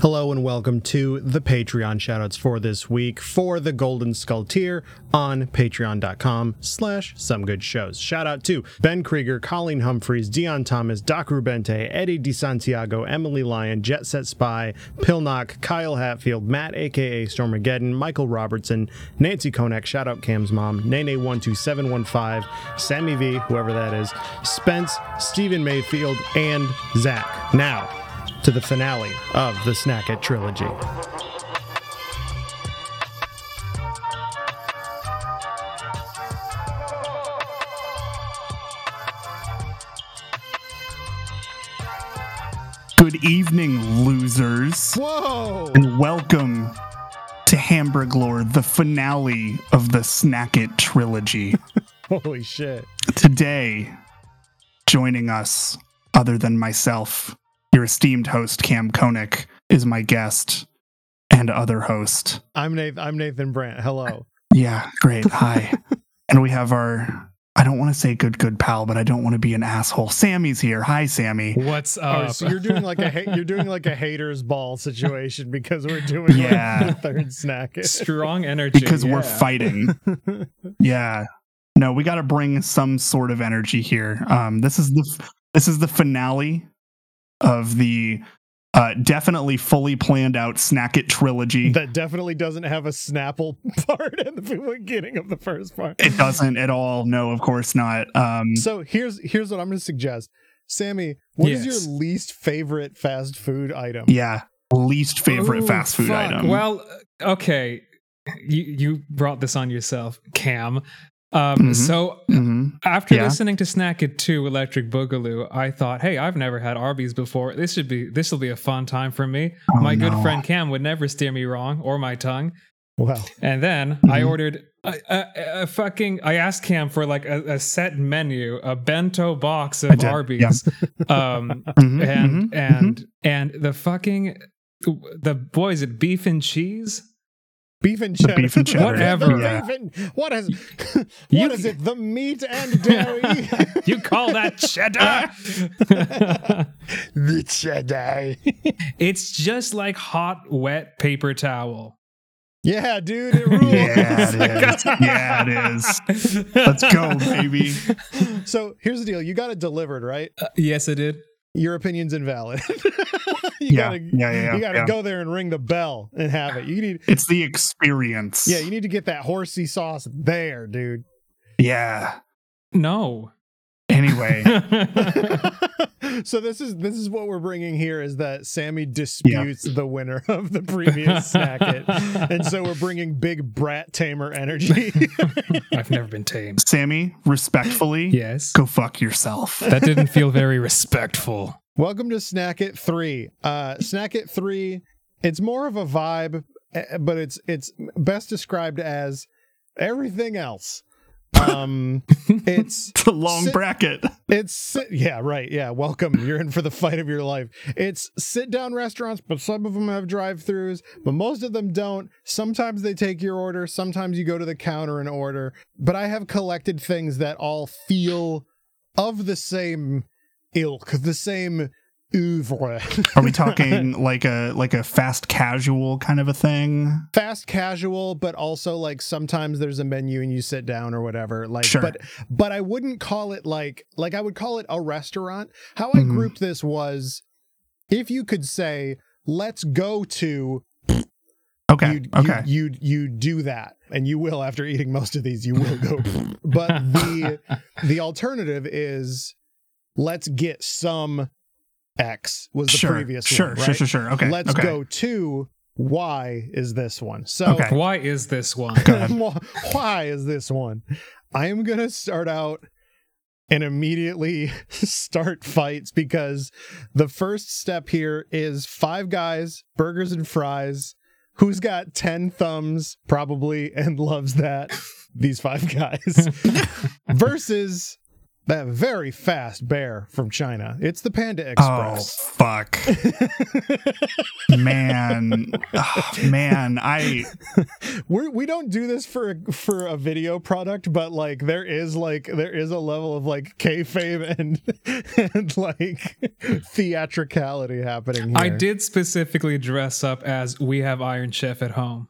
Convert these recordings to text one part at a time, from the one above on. Hello and welcome to the Patreon shoutouts for this week for the Golden Skull tier on patreon.com slash some good shows. Shout out to Ben Krieger, Colleen Humphreys, Dion Thomas, Doc Rubente, Eddie DeSantiago, Emily Lyon, Jet Set Spy, Pilnock, Kyle Hatfield, Matt aka Stormageddon, Michael Robertson, Nancy Konak, shout out Cam's mom, Nene12715, Sammy V, whoever that is, Spence, Stephen Mayfield, and Zach. Now, to the finale of the Snack It trilogy. Good evening, losers, Whoa! and welcome to Hamburg Lore, the finale of the Snack It trilogy. Holy shit. Today, joining us, other than myself, your esteemed host, Cam Koenig, is my guest and other host. I'm Nathan, I'm Nathan Brandt. Hello. Yeah, great. Hi. and we have our, I don't want to say good, good pal, but I don't want to be an asshole. Sammy's here. Hi, Sammy. What's Oh, up? so you're doing like a ha- you're doing like a haters ball situation because we're doing Yeah. like the third snack. It. strong energy because we're yeah. fighting. Yeah. No, we got to bring some sort of energy here. Um, this is the f- this is the finale of the uh, definitely fully planned out snack it trilogy. That definitely doesn't have a Snapple part at the beginning of the first part. it doesn't at all. No, of course not. Um, So here's here's what I'm going to suggest, Sammy. What is Yes. your least favorite fast food item? yeah, least favorite Ooh, fast food fuck. item. Well, uh, okay, you you brought this on yourself, Cam. Um, Mhm. So Mhm. after Yeah. listening to Snack It Two Electric Boogaloo, I thought, hey, I've never had Arby's before. This should be this will be a fun time for me. Oh, my good no. friend Cam would never steer me wrong or my tongue. Wow. And then I Mhm. ordered a, a, a fucking. I asked Cam for like a, a set menu, a bento box I of did, Arby's. Um, Mhm, and mhm, and and the fucking the boys at beef and cheese beef and cheddar. beef and cheddar. Whatever. The beef and- what is what You- is it? The meat and dairy. you call that cheddar the cheddar. it's just like hot wet paper towel Yeah, dude, it rules. Mm-hmm. Yeah, Oh it is. Yeah, it is. Let's go, baby. So here's the deal: you got it delivered, right? yes i did Your opinion's invalid. you gotta, Yeah, yeah, yeah, yeah, you gotta yeah. go there and ring the bell and have it. You need, It's the experience. yeah, you need to get that horsey sauce there, dude. yeah. no Anyway, so this is this is what we're bringing here is that Sammy disputes the winner of the previous snack it. and so we're bringing big brat tamer energy. i've never been tamed Sammy, respectfully, yes go fuck yourself. that didn't feel very respectful Welcome to Snack It Three. Uh, Snack It Three. It's more of a vibe, eh, but it's it's best described as everything else. Um, it's It's a long Sit- bracket. it's sit- yeah right yeah. Welcome. You're in for the fight of your life. It's sit down restaurants, but some of them have drive-throughs, but most of them don't. Sometimes they take your order. Sometimes you go to the counter and order. But I have collected things that all feel of the same ilk, the same oeuvre. Are we talking like a like a fast casual kind of a thing? fast casual but also like sometimes there's a menu and you sit down or whatever like Sure. but but i wouldn't call it like like i would call it a restaurant how i Mhm. grouped this was if you could say let's go to Okay. you'd, okay. you'd, you'd you'd do that and you will after eating most of these you will go but the the alternative is let's get some x was the sure, previous sure, one, sure, right? sure, sure. Okay. let's okay. go to y is this one so Okay. why is this one Go ahead. Wh- Why is this one? I am going to start out and immediately start fights because the first step here is five guys, burgers and fries. Who's got 10 thumbs, probably, and loves that? These five guys versus that very fast bear from China. It's the Panda Oh Express. fuck, man, Ugh, man! I We're, we don't do this for for a video product, but like there is like there is a level of like kayfabe and and like theatricality happening here. I did specifically dress up as we have Iron Chef at home.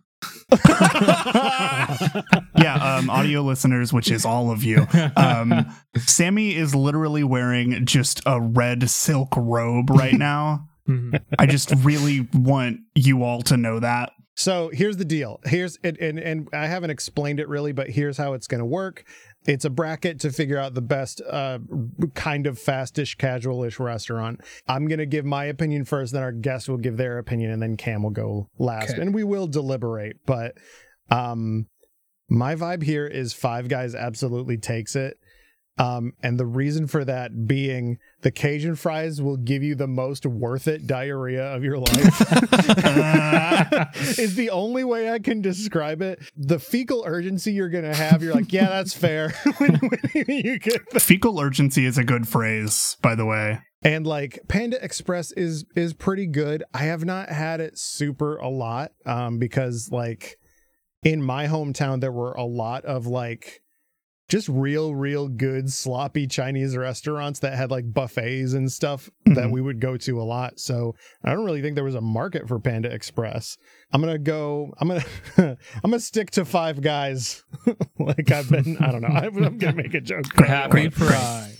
yeah, um, audio listeners, which is all of you. Um, Sammy is literally wearing just a red silk robe right now. Mhm. I just really want you all to know that. So here's the deal. Here's and and, and I haven't explained it really, but here's how it's going to work. It's a bracket to figure out the best uh, kind of fastish, casualish restaurant. I'm going to give my opinion first, then our guest will give their opinion, and then Cam will go last, Okay. and we will deliberate. But um, my vibe here is Five Guys absolutely takes it. Um, and the reason for that being the Cajun fries will give you the most worth it diarrhea of your life. is the only way I can describe it. The fecal urgency you're gonna have, you're like, yeah, that's fair. when, when you get the- Fecal urgency is a good phrase, by the way. and like Panda Express is is pretty good. I have not had it super a lot um because like in my hometown there were a lot of like just real real good sloppy Chinese restaurants that had like buffets and stuff that Mhm. we would go to a lot. So I don't really think there was a market for Panda Express. I'm going to go I'm going to I'm going to stick to five guys like I've been I don't know. I, I'm going to make a joke. Happy Pride.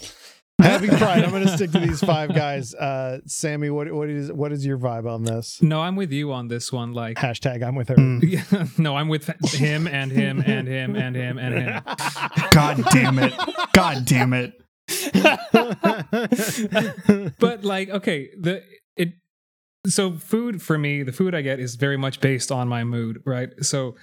Happy Pride. I'm going to stick to these five guys. Uh, Sammy, what what is what is your vibe on this? No, I'm with you on this one. Like, Hashtag I'm with her. Hmm. Mm. Yeah, no, I'm with him and him and him and him and him. God damn it. God damn it. But like, okay, the it so food for me, the food I get is very much based on my mood, right? So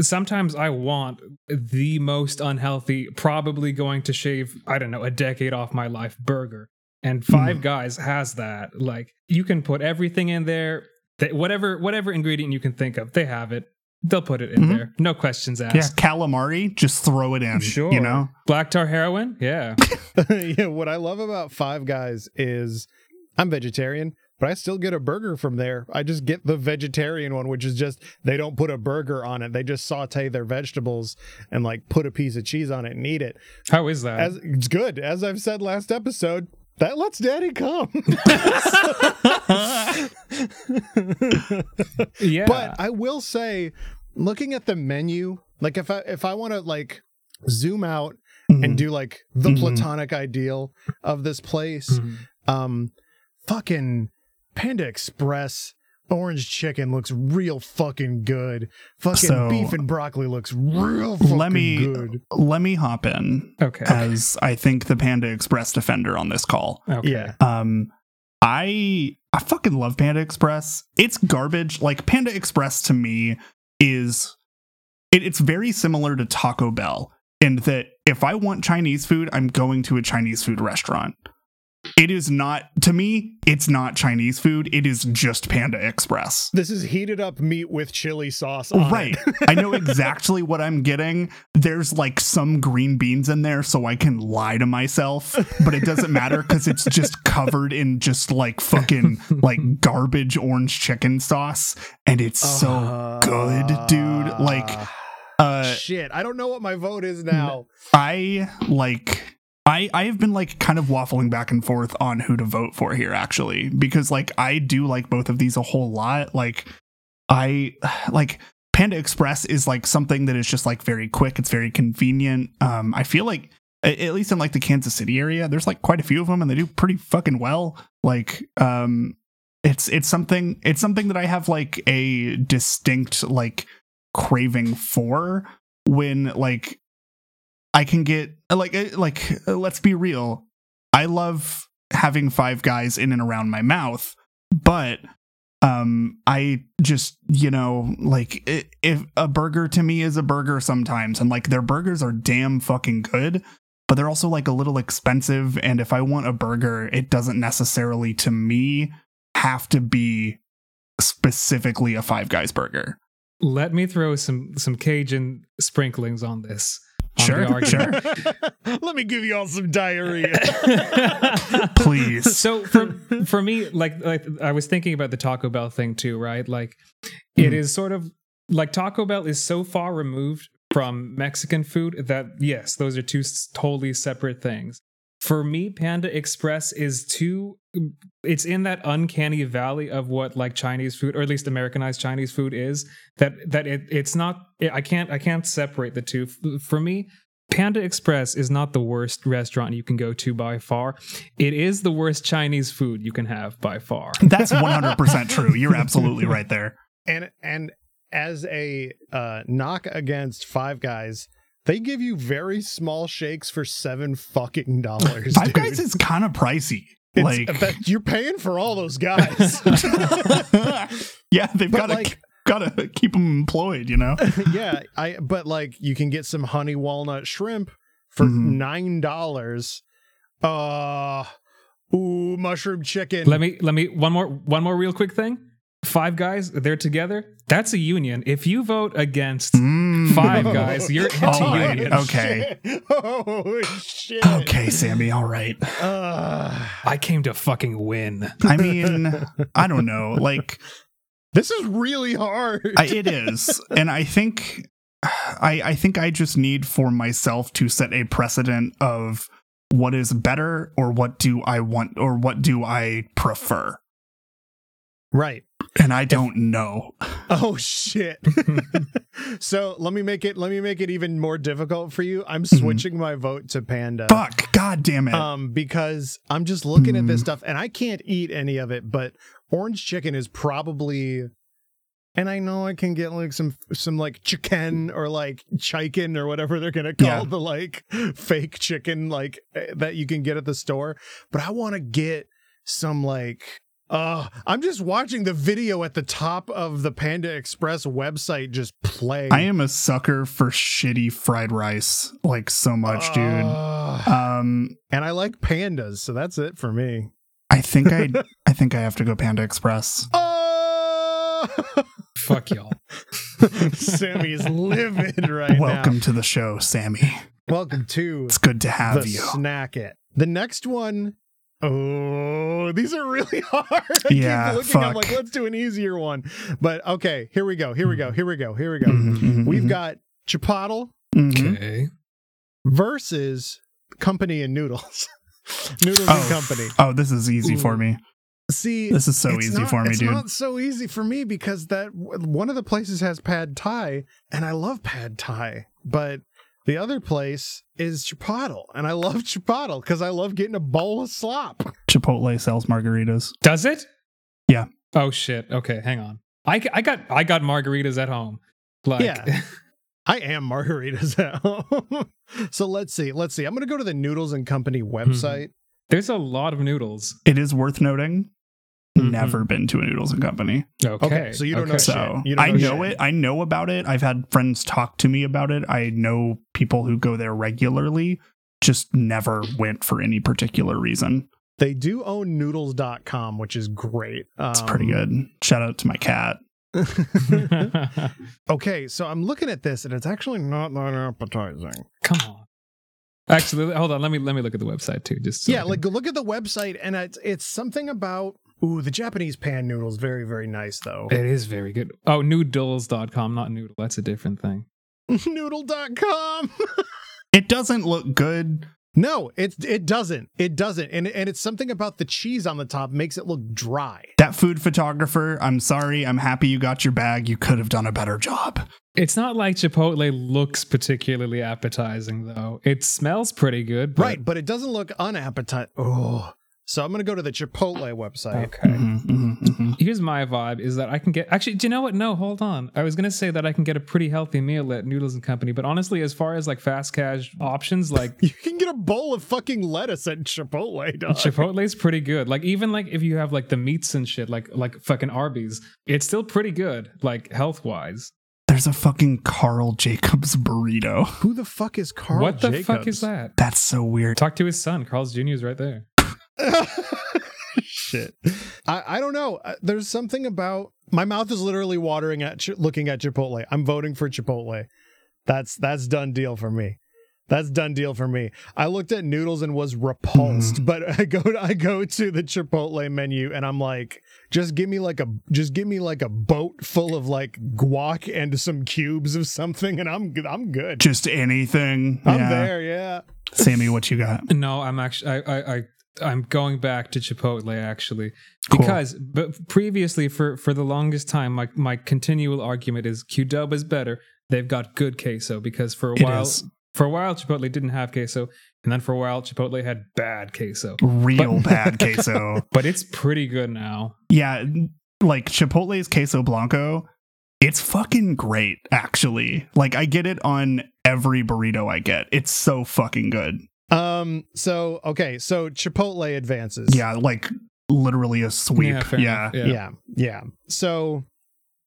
sometimes I want the most unhealthy, probably going to shave, I don't know, a decade off my life burger. And Five Guys has that. Like you can put everything in there. They, whatever whatever ingredient you can think of, they have it. They'll put it in Mhm. there. No questions asked. Yeah, calamari, just throw it in. Sure. You know? Black tar heroin? Yeah. yeah, what I love about Five Guys is I'm vegetarian, but I still get a burger from there. I just get the vegetarian one, which is just they don't put a burger on it. They just saute their vegetables and like put a piece of cheese on it and eat it. How is that? As it's good, as I've said last episode, that lets daddy come. yeah. But I will say, looking at the menu, like if I if I want to like zoom out and do like the Mhm. platonic ideal of this place, Mhm. Mm-hmm. um, fucking Panda Express orange chicken looks real fucking good. Fucking So- beef and broccoli looks real fucking Let me- good. Let me hop in okay. as I think the Panda Express defender on this call. okay. Yeah. Um I I fucking love Panda Express. It's garbage. Like Panda Express to me is it, it's very similar to Taco Bell in that if I want Chinese food, I'm going to a Chinese food restaurant. It is not to me, it's not Chinese food. It is just Panda Express. This is heated up meat with chili sauce. On Right. It. I know exactly what I'm getting. There's like some green beans in there, so I can lie to myself, but it doesn't matter because it's just covered in just like fucking like garbage orange chicken sauce. And it's so. Uh, good, dude. Like, Uh, Ah, shit. I don't know what my vote is now. I like. I, I have been like kind of waffling back and forth on who to vote for here actually because like I do like both of these a whole lot like I like Panda Express is like something that is just like very quick. It's very convenient. Um, I feel like a- at least in like the Kansas City area, there's like quite a few of them, and they do pretty fucking well. Like, um, it's it's something it's something that I have like a distinct like craving for when like I can get like uh, like uh, let's be real. I love having five guys in and around my mouth, but um i just you know like i if a burger to me is a burger sometimes and like their burgers are damn fucking good but they're also like a little expensive and if i want a burger it doesn't necessarily to me have to be specifically a five guys burger Let me throw some some Cajun sprinklings on this. on the Sure, argument. sure. Let me give you all some diarrhea. Please. so for for me like like i was thinking about the taco bell thing too right like it Mhm. is sort of like taco bell is so far removed from mexican food that yes those are two s- totally separate things for me panda express is too it's in that uncanny valley of what like chinese food or at least americanized chinese food is that that it, it's not i can't i can't separate the two F- for me panda express is not the worst restaurant you can go to by far it is the worst chinese food you can have by far That's 100% true. You're absolutely right there. and and as a uh, knock against Five Guys, they give you very small shakes for seven fucking dollars. Five dude. Guys is kind of pricey. It's- like, that- you're paying for all those guys. yeah, they've But got to like- got to keep them employed. You know, yeah, I but like you can get some honey walnut shrimp for Mhm. nine dollars. Uh ooh, mushroom chicken. let me let me one more one more real quick thing five guys they're together that's a union if you vote against Mm. Five Guys, you're anti-union. Oh, Okay. shit. Oh shit. Okay, Sammy. All right. Uh, i came to fucking win I mean, I don't know. Like, this is really hard. I, it is, and I think, I I think I just need for myself to set a precedent of what is better, or what do I want, or what do I prefer, right. and I don't know. Oh shit. so let me make it let me make it even more difficult for you. I'm switching my vote to panda. Fuck! God damn it! Um because I'm just looking at this Mm. stuff and I can't eat any of it, but orange chicken is probably and I know I can get like some some like chicken or like chicken or whatever they're gonna call Yeah. the like fake chicken like eh, that you can get at the store. But I want to get some like uh I'm just watching the video at the top of the Panda Express website just play. I am a sucker for shitty fried rice, like so much, dude. Ah, Um, and I like pandas, so that's it for me. I think I, I think I have to go Panda Express. Oh, fuck y'all Sammy is livid right Welcome now. to the show, Sammy. Welcome to It's good to have the you. snack it. The next one. Oh, these are really hard. I Yeah, keep looking. I'm fuck. like, let's do an easier one. But okay, here we go. Here we go. Here we go. Here we go. Mhm, mhm, We've mhm, got Chipotle mhm. Mm-hmm. okay versus Company and Noodles. Noodles Oh. and Company. Oh, this is easy Ooh. for me. See, This is so it's easy not- for me, it's dude. not so easy for me because that one of the places has pad thai, and I love pad thai, but the other place is Chipotle, and I love Chipotle because I love getting a bowl of slop. Chipotle sells margaritas. Does it? Yeah. Oh shit. Okay, hang on. I, I got I got margaritas at home. Like Yeah. I am margaritas at home. so let's see, let's see. I'm gonna go to the Noodles and Company Mm-hmm. website. there's a lot of noodles. It is worth noting. Mm-hmm. Mhm. Never been to a Noodles and Company, Okay. so you don't know shit. so You don't I know know shit. it. I know about it. I've had friends talk to me about it. I know people who go there regularly. Just never went for any particular reason. They do own Noodles.com, which is great. It's Um, pretty good. Shout out to my cat. good. okay, so I'm looking at this, and it's actually not that appetizing. Come on. Actually, hold on. Let me let me look at the website too. Just so I yeah, can- like look at the website, and it's it's something about ooh the Japanese pan noodles. Very very nice though. it is very good. Oh, noodles.com, not noodle. That's a different thing. Noodle.com. It doesn't look good. No, it it doesn't. It doesn't, and and it's something about the cheese on the top makes it look dry. That food photographer, I'm sorry. I'm happy you got your bag. You could have done a better job. It's not like Chipotle looks particularly appetizing though. It smells pretty good. but- Right, but it doesn't look unappetizing. Oh, so I'm gonna go to the Chipotle website. Okay. Mm-hmm, Mhm, mhm, mhm. Here's my vibe is that I can get actually, do you know what? No, hold on. I was gonna say that I can get a pretty healthy meal at Noodles and Company, but honestly, as far as like fast cash options, like You can get a bowl of fucking lettuce at Chipotle. Dog. Chipotle's pretty good. Like even like if you have like the meats and shit, like like fucking Arby's, it's still pretty good, like health wise. There's a fucking Carl Jacobs burrito. Who the fuck is Carl? What the fuck Jacobs? is that? That's so weird. Talk to his son, Carl's Jr.'s right there. Shit. I, I don't know. Uh, There's something about my mouth is literally watering at chi- looking at Chipotle. I'm voting for Chipotle. That's that's done deal for me. That's done deal for me. I looked at noodles and was repulsed, but I go to, I go to the Chipotle menu and I'm like, just give me like a just give me like a boat full of like guac and some cubes of something and I'm good. I'm good. Just anything. I'm Yeah. there, yeah. Sammy, what you got? No, I'm actually I I, I I'm going back to Chipotle actually Cool. because but previously for for the longest time my my continual argument is Q Dub is better. They've got good queso because for a It while is for a while Chipotle didn't have queso and then for a while Chipotle had bad queso. real bad queso. But it's pretty good now. Yeah, like Chipotle's queso blanco, it's fucking great actually. Like I get it on every burrito I get. It's so fucking good. Um so okay, so Chipotle advances. Yeah, like literally a sweep. Yeah. fair enough. yeah. yeah. So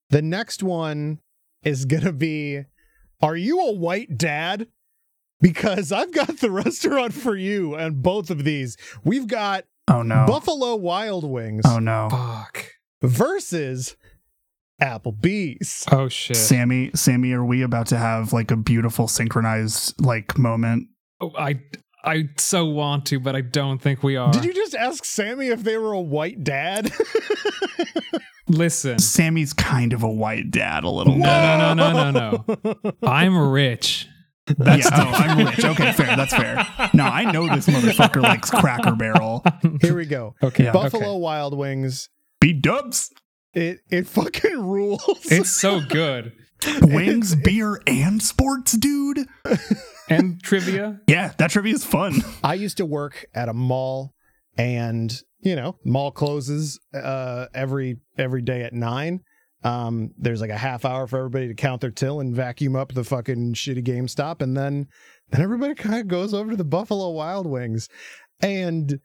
the next one is going to be Are you a white dad? Because I've got the restaurant for you and both of these. We've got Oh no. Buffalo Wild Wings oh no. Fuck. versus Applebee's. Oh shit. Sammy, Sammy, are we about to have like a beautiful synchronized like moment? Oh, I I so want to, but I don't think we are. Did you just ask Sammy if they were a white dad? listen? Sammy's kind of a white dad a little bit. No, no, no, no, no, no. I'm rich. That's yeah, oh, I'm rich. Okay, fair. That's fair. No, I know this motherfucker likes Cracker Barrel. Here we go. Okay. Yeah. Buffalo okay. Wild Wings. B Dubs, It it fucking rules. It's so good. wings, beer, and sports, dude. And trivia. Yeah, that trivia is fun. I used to work at a mall and you know, mall closes uh every every day at 9. Um there's like a half hour for everybody to count their till and vacuum up the fucking shitty GameStop and then then everybody kind of goes over to the Buffalo Wild Wings and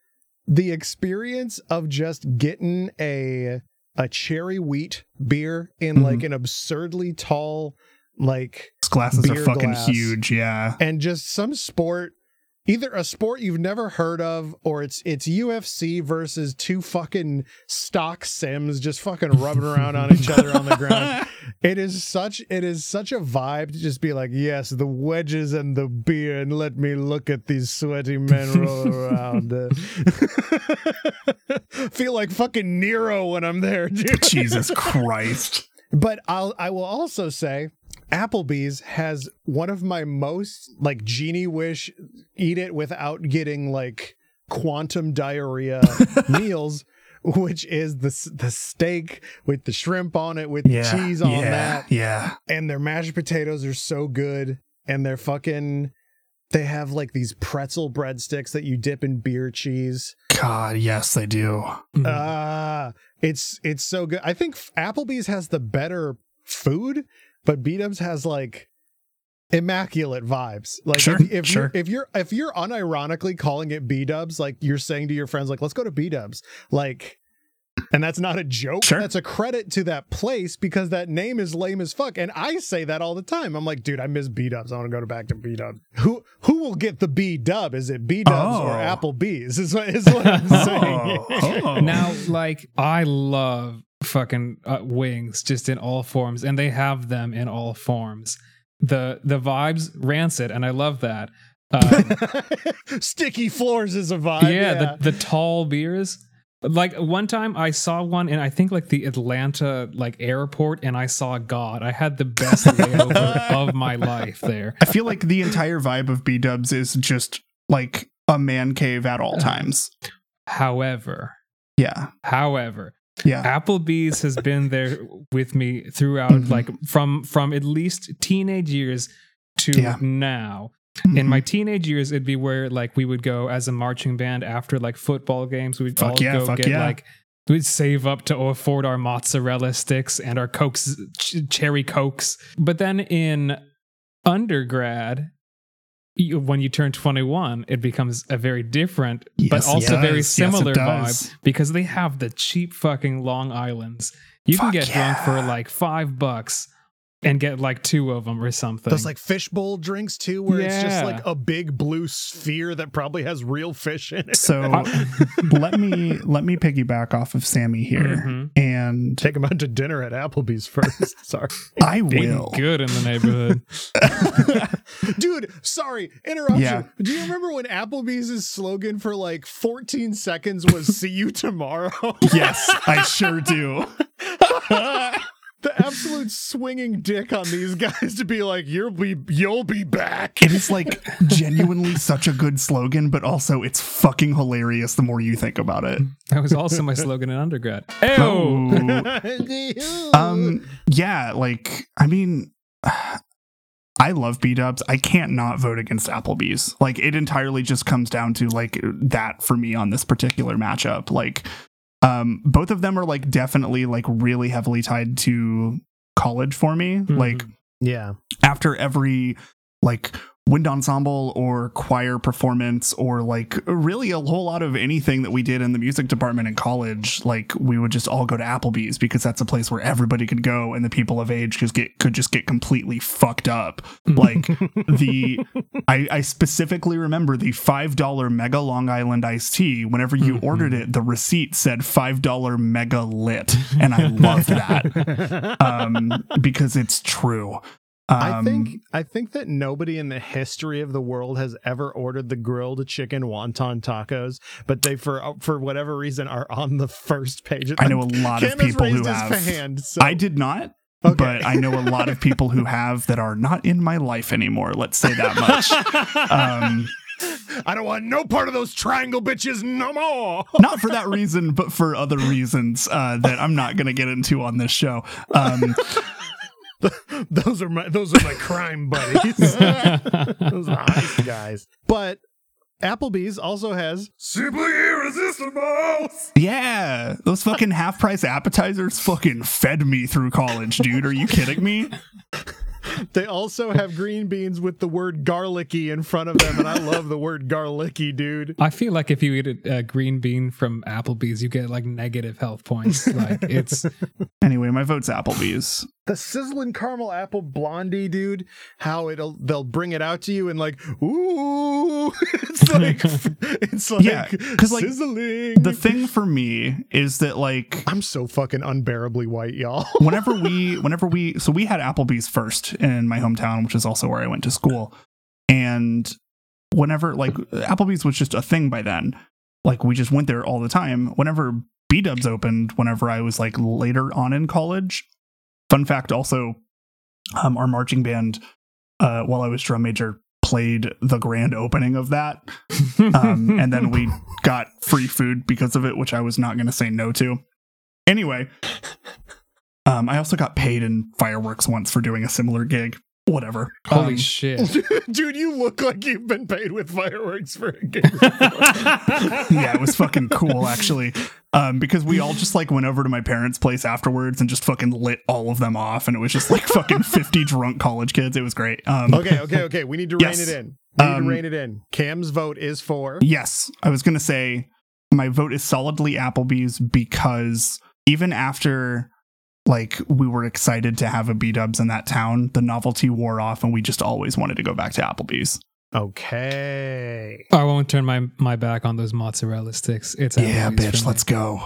the experience of just getting a a cherry wheat beer in Mhm. like an absurdly tall like These glasses Beer are fucking glass. huge. Yeah. and just some sport either a sport you've never heard of or it's it's UFC versus two fucking stock sims just fucking rubbing around on each other on the ground. It is such it is such a vibe to just be like, yes, the wedges and the beer and let me look at these sweaty men roll around. Uh, Feel like fucking Nero when I'm there, dude. Jesus Christ. But I'll I will also say Applebee's has one of my most like genie wish eat it without getting like quantum diarrhea meals which is the s- the steak with the shrimp on it with Yeah. the cheese on yeah, that Yeah. and their mashed potatoes are so good and they're fucking they have like these pretzel breadsticks that you dip in beer cheese. God, yes, they do. Ah, it's it's so good. I think Applebee's has the better food, but B Dubs has like immaculate vibes. Like Sure, if, if sure. you're if you're if you're unironically calling it B Dubs, like you're saying to your friends, like let's go to B Dubs, like. And that's not a joke. Sure. That's a credit to that place because that name is lame as fuck. And I say that all the time. I'm like, dude, I miss B Dubs. I want to go to back to B Dubs. Who who will get the B Dub? Is it B Dubs or Oh. Applebee's? Is what is what I'm saying. Oh, oh. Now, like, I love fucking uh, wings just in all forms, and they have them in all forms. The the vibes rancid, and I love that. Um, Sticky floors is a vibe. yeah, Yeah. The, the tall beers. Like one time I saw one in I think like the Atlanta like airport, and I saw God. I had the best layover of my life there. I feel like the entire vibe of B Dubs is just like a man cave at all times. However, Yeah. however, Yeah. Applebee's has been there with me throughout, Mhm. like from from at least teenage years to Yeah. now. Mhm. In my teenage years, it'd be where like we would go as a marching band after like football games. We'd Fuck all yeah, go fuck get yeah. like we'd save up to afford our mozzarella sticks and our cokes, ch- cherry cokes. But then in undergrad. you- When you turn 21, it becomes a very different, Yes, but it also very does. Yes, it similar vibe does. because they have the cheap fucking Long Islands. You Fuck can get drunk yeah. for like five bucks and get like two of them or something. Those like fishbowl drinks too, where it's just like Yeah. a big blue sphere that probably has real fish in it. Mm-hmm. So let me let me piggyback off of Sammy here, Mhm. and Take them out to dinner at Applebee's first. Sorry. I Eating will. good in the neighborhood. Dude, sorry, interruption. Yeah. Do you remember when Applebee's slogan for like 14 seconds was see you tomorrow? Yes, I sure do. the absolute swinging dick on these guys to be like, you'll be you'll be back. It is like genuinely such a good slogan, but also it's fucking hilarious the more you think about it. that was also my slogan in undergrad. Oh, Oh. um yeah like i mean i love b-dubs i can't not vote against applebee's like it entirely just comes down to like that for me on this particular matchup like um both of them are like definitely like really heavily tied to college for me Mhm. like yeah. after every like wind ensemble or choir performance or like really a whole lot of anything that we did in the music department in college like we would just all go to Applebee's because that's a place where everybody could go and the people of age just get could just get completely fucked up like the I, I specifically remember the five dollar mega Long Island iced tea whenever you Mhm. ordered it the receipt said five dollar mega lit and I loved that um because it's true I Um, think I think that nobody in the history of the world has ever ordered the grilled chicken wonton tacos, but they for uh, for whatever reason are on the first page. I know a lot of Cam has people who raised his have. hand, so- I did not, Okay. but I know a lot of people who have that are not in my life anymore. Let's say that much. Um, I don't want no part of those triangle bitches no more. not for that reason, but for other reasons uh, that I'm not going to get into on this show. Um, those are my those are my crime buddies. those are nice guys. But Applebee's also has simply irresistible. yeah, those fucking half price appetizers fucking fed me through college, dude. Are you kidding me? They also have green beans with the word garlicky in front of them, and I love the word garlicky, dude. I feel like if you eat a, a green bean from Applebee's, you get like negative health points. Like it's Anyway, my vote's Applebee's. The sizzling caramel apple blondie, dude. How it'll they'll bring it out to you and like, ooh, it's like it's like Yeah, 'cause, like, sizzling. The thing for me is that like I'm so fucking unbearably white, y'all. whenever we whenever we so we had applebee's first in my hometown which is also where i went to school and whenever like applebee's was just a thing by then like we just went there all the time whenever b-dubs opened whenever i was like later on in college fun fact also um, our marching band uh, while i was drum major played the grand opening of that um, and then we got free food because of it, which I was not going to say no to. Anyway, um, I also got paid in fireworks once for doing a similar gig. Whatever. holy Um, shit. Dude, you look like you've been paid with fireworks for a game. yeah, it was fucking cool actually. Um, because we all just like went over to my parents' place afterwards and just fucking lit all of them off, and it was just like fucking fifty drunk college kids. It was great. Um, okay, okay, okay. We need to rein Yes. it in. We need Um, to rein it in. Cam's vote is for. Yes, I was going to say my vote is solidly Applebee's because even after like we were excited to have a B Dubs in that town, the novelty wore off, and we just always wanted to go back to Applebee's. Okay. I won't turn my, my back on those mozzarella sticks. It's yeah, Applebee's for bitch, me. let's go.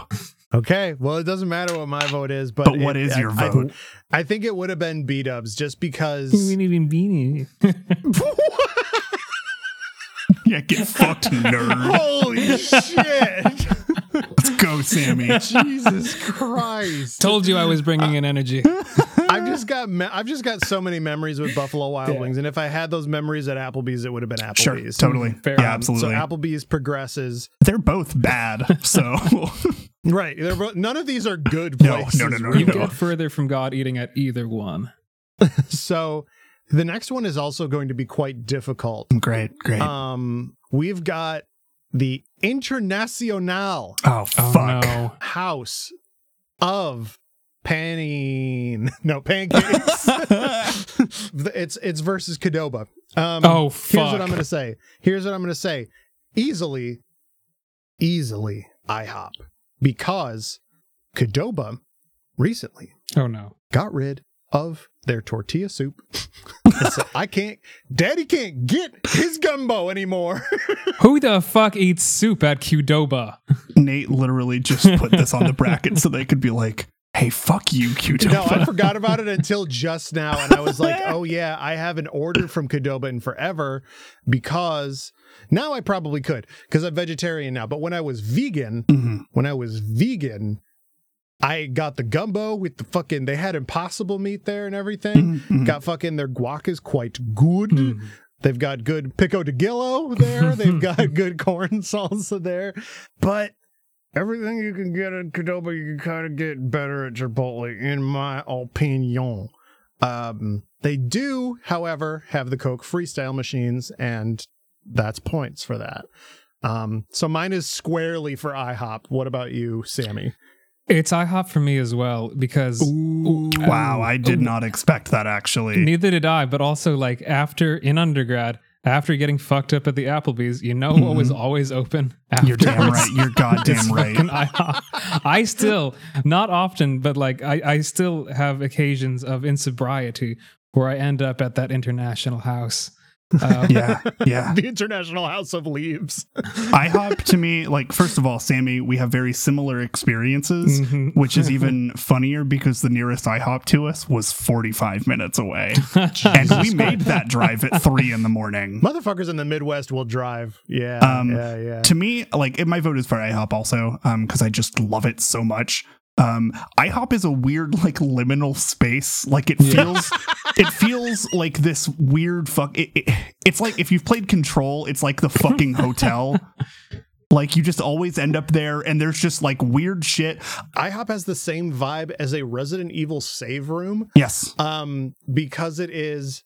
Okay. Well, it doesn't matter what my vote is, but But, what it- is I- your I- vote? I, think it would have been B Dubs just because. We need even beanie. yeah, get fucked, nerd. Holy shit! Let's go, Sammy. Jesus Christ! Told you I was bringing in energy. I've just got me- I've just got so many memories with Buffalo Wild Wings, and if I had those memories at Applebee's, it would have been Applebee's. Sure, totally. Fair. Yeah, Um, absolutely. So Applebee's progresses. They're both bad. So Right. They're both, none of these are good No, no, places. no, no, really. You get further from God eating at either one. So the next one is also going to be quite difficult. great, great. Um, we've got the Internacional oh Oh, fuck. no. House of Panning. No, pancakes. it's it's versus Cadoba. Um Oh, fuck. here's what I'm gonna say. Here's what I'm gonna say. Easily, easily IHOP. Because Cadoba recently oh, no. got rid of their tortilla soup. And so I can't, daddy can't get his gumbo anymore. Who the fuck eats soup at Qdoba? Nate literally just put this on the bracket so they could be like, hey, fuck you, Qdoba. No, I forgot about it until just now. And I was like, oh, yeah, I haven't ordered from Qdoba in forever because now I probably could because I'm vegetarian now. But when I was vegan, Mhm. when I was vegan, I got the gumbo with the fucking, they had impossible meat there and everything. Mhm, mhm. Got fucking, their guac is quite good. Mm. They've got good pico de gallo there. They've got good corn salsa there. But everything you can get at Qdoba, you can kind of get better at Chipotle, in my opinion. Um, they do, however, have the Coke freestyle machines, and that's points for that. Um, so mine is squarely for IHOP. What about you, Sammy? It's IHOP for me as well because Ooh. Wow, I did Ooh. not expect that actually. neither did I. But also, like after in undergrad, after getting fucked up at the Applebee's, you know what Mm-hmm. was always open? After You're damn right. You're goddamn right. IHOP. I still, not often, but like I, I still have occasions of insobriety where I end up at that international house. Uh, Yeah, yeah. The International House of Leaves. IHOP to me, like, first of all, Sammy, we have very similar experiences, Mhm. which is even funnier because the nearest IHOP to us was 45 minutes away. and we made that drive at three in the morning. Motherfuckers in the Midwest will drive. Yeah. Um, yeah, yeah. To me, like, it, my vote is for IHOP also, um, because I just love it so much. Um, IHOP is a weird, like, liminal space. Like, it Yeah. feels, it feels like this weird fuck. It, it, it's like if you've played Control, it's like the fucking hotel. Like you just always end up there, and there's just like weird shit. IHOP has the same vibe as a Resident Evil save room Yes, um because it is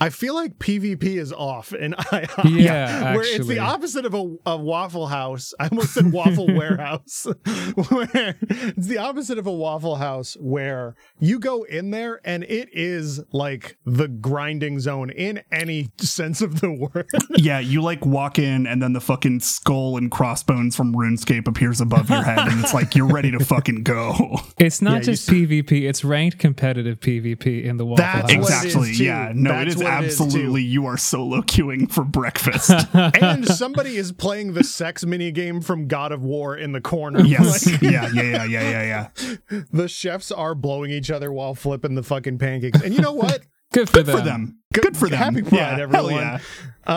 I feel like PvP is off in IHOP. Yeah, where it's actually. the opposite of a, a Waffle House. I almost said Waffle Warehouse. Where it's the opposite of a Waffle House, where you go in there and it is like the grinding zone in any sense of the word. yeah, you like walk in, and then the fucking skull and crossbones from RuneScape appears above your head, and it's like you're ready to fucking go. It's not you just PvP; it's ranked competitive PvP in the Waffle That's House. what it Exactly. is, too. yeah. No, it That's is what it is, too. absolutely you are solo queuing for breakfast. and somebody is playing the sex mini game from God of War in the corner. yes. Like- yeah. Yeah. Yeah. Yeah. Yeah. Yeah. the chefs are blowing each other while flipping the fucking pancakes. And you know what? Good for Good for them. them. Good for them. Happy Pride, yeah, everyone. Hell yeah.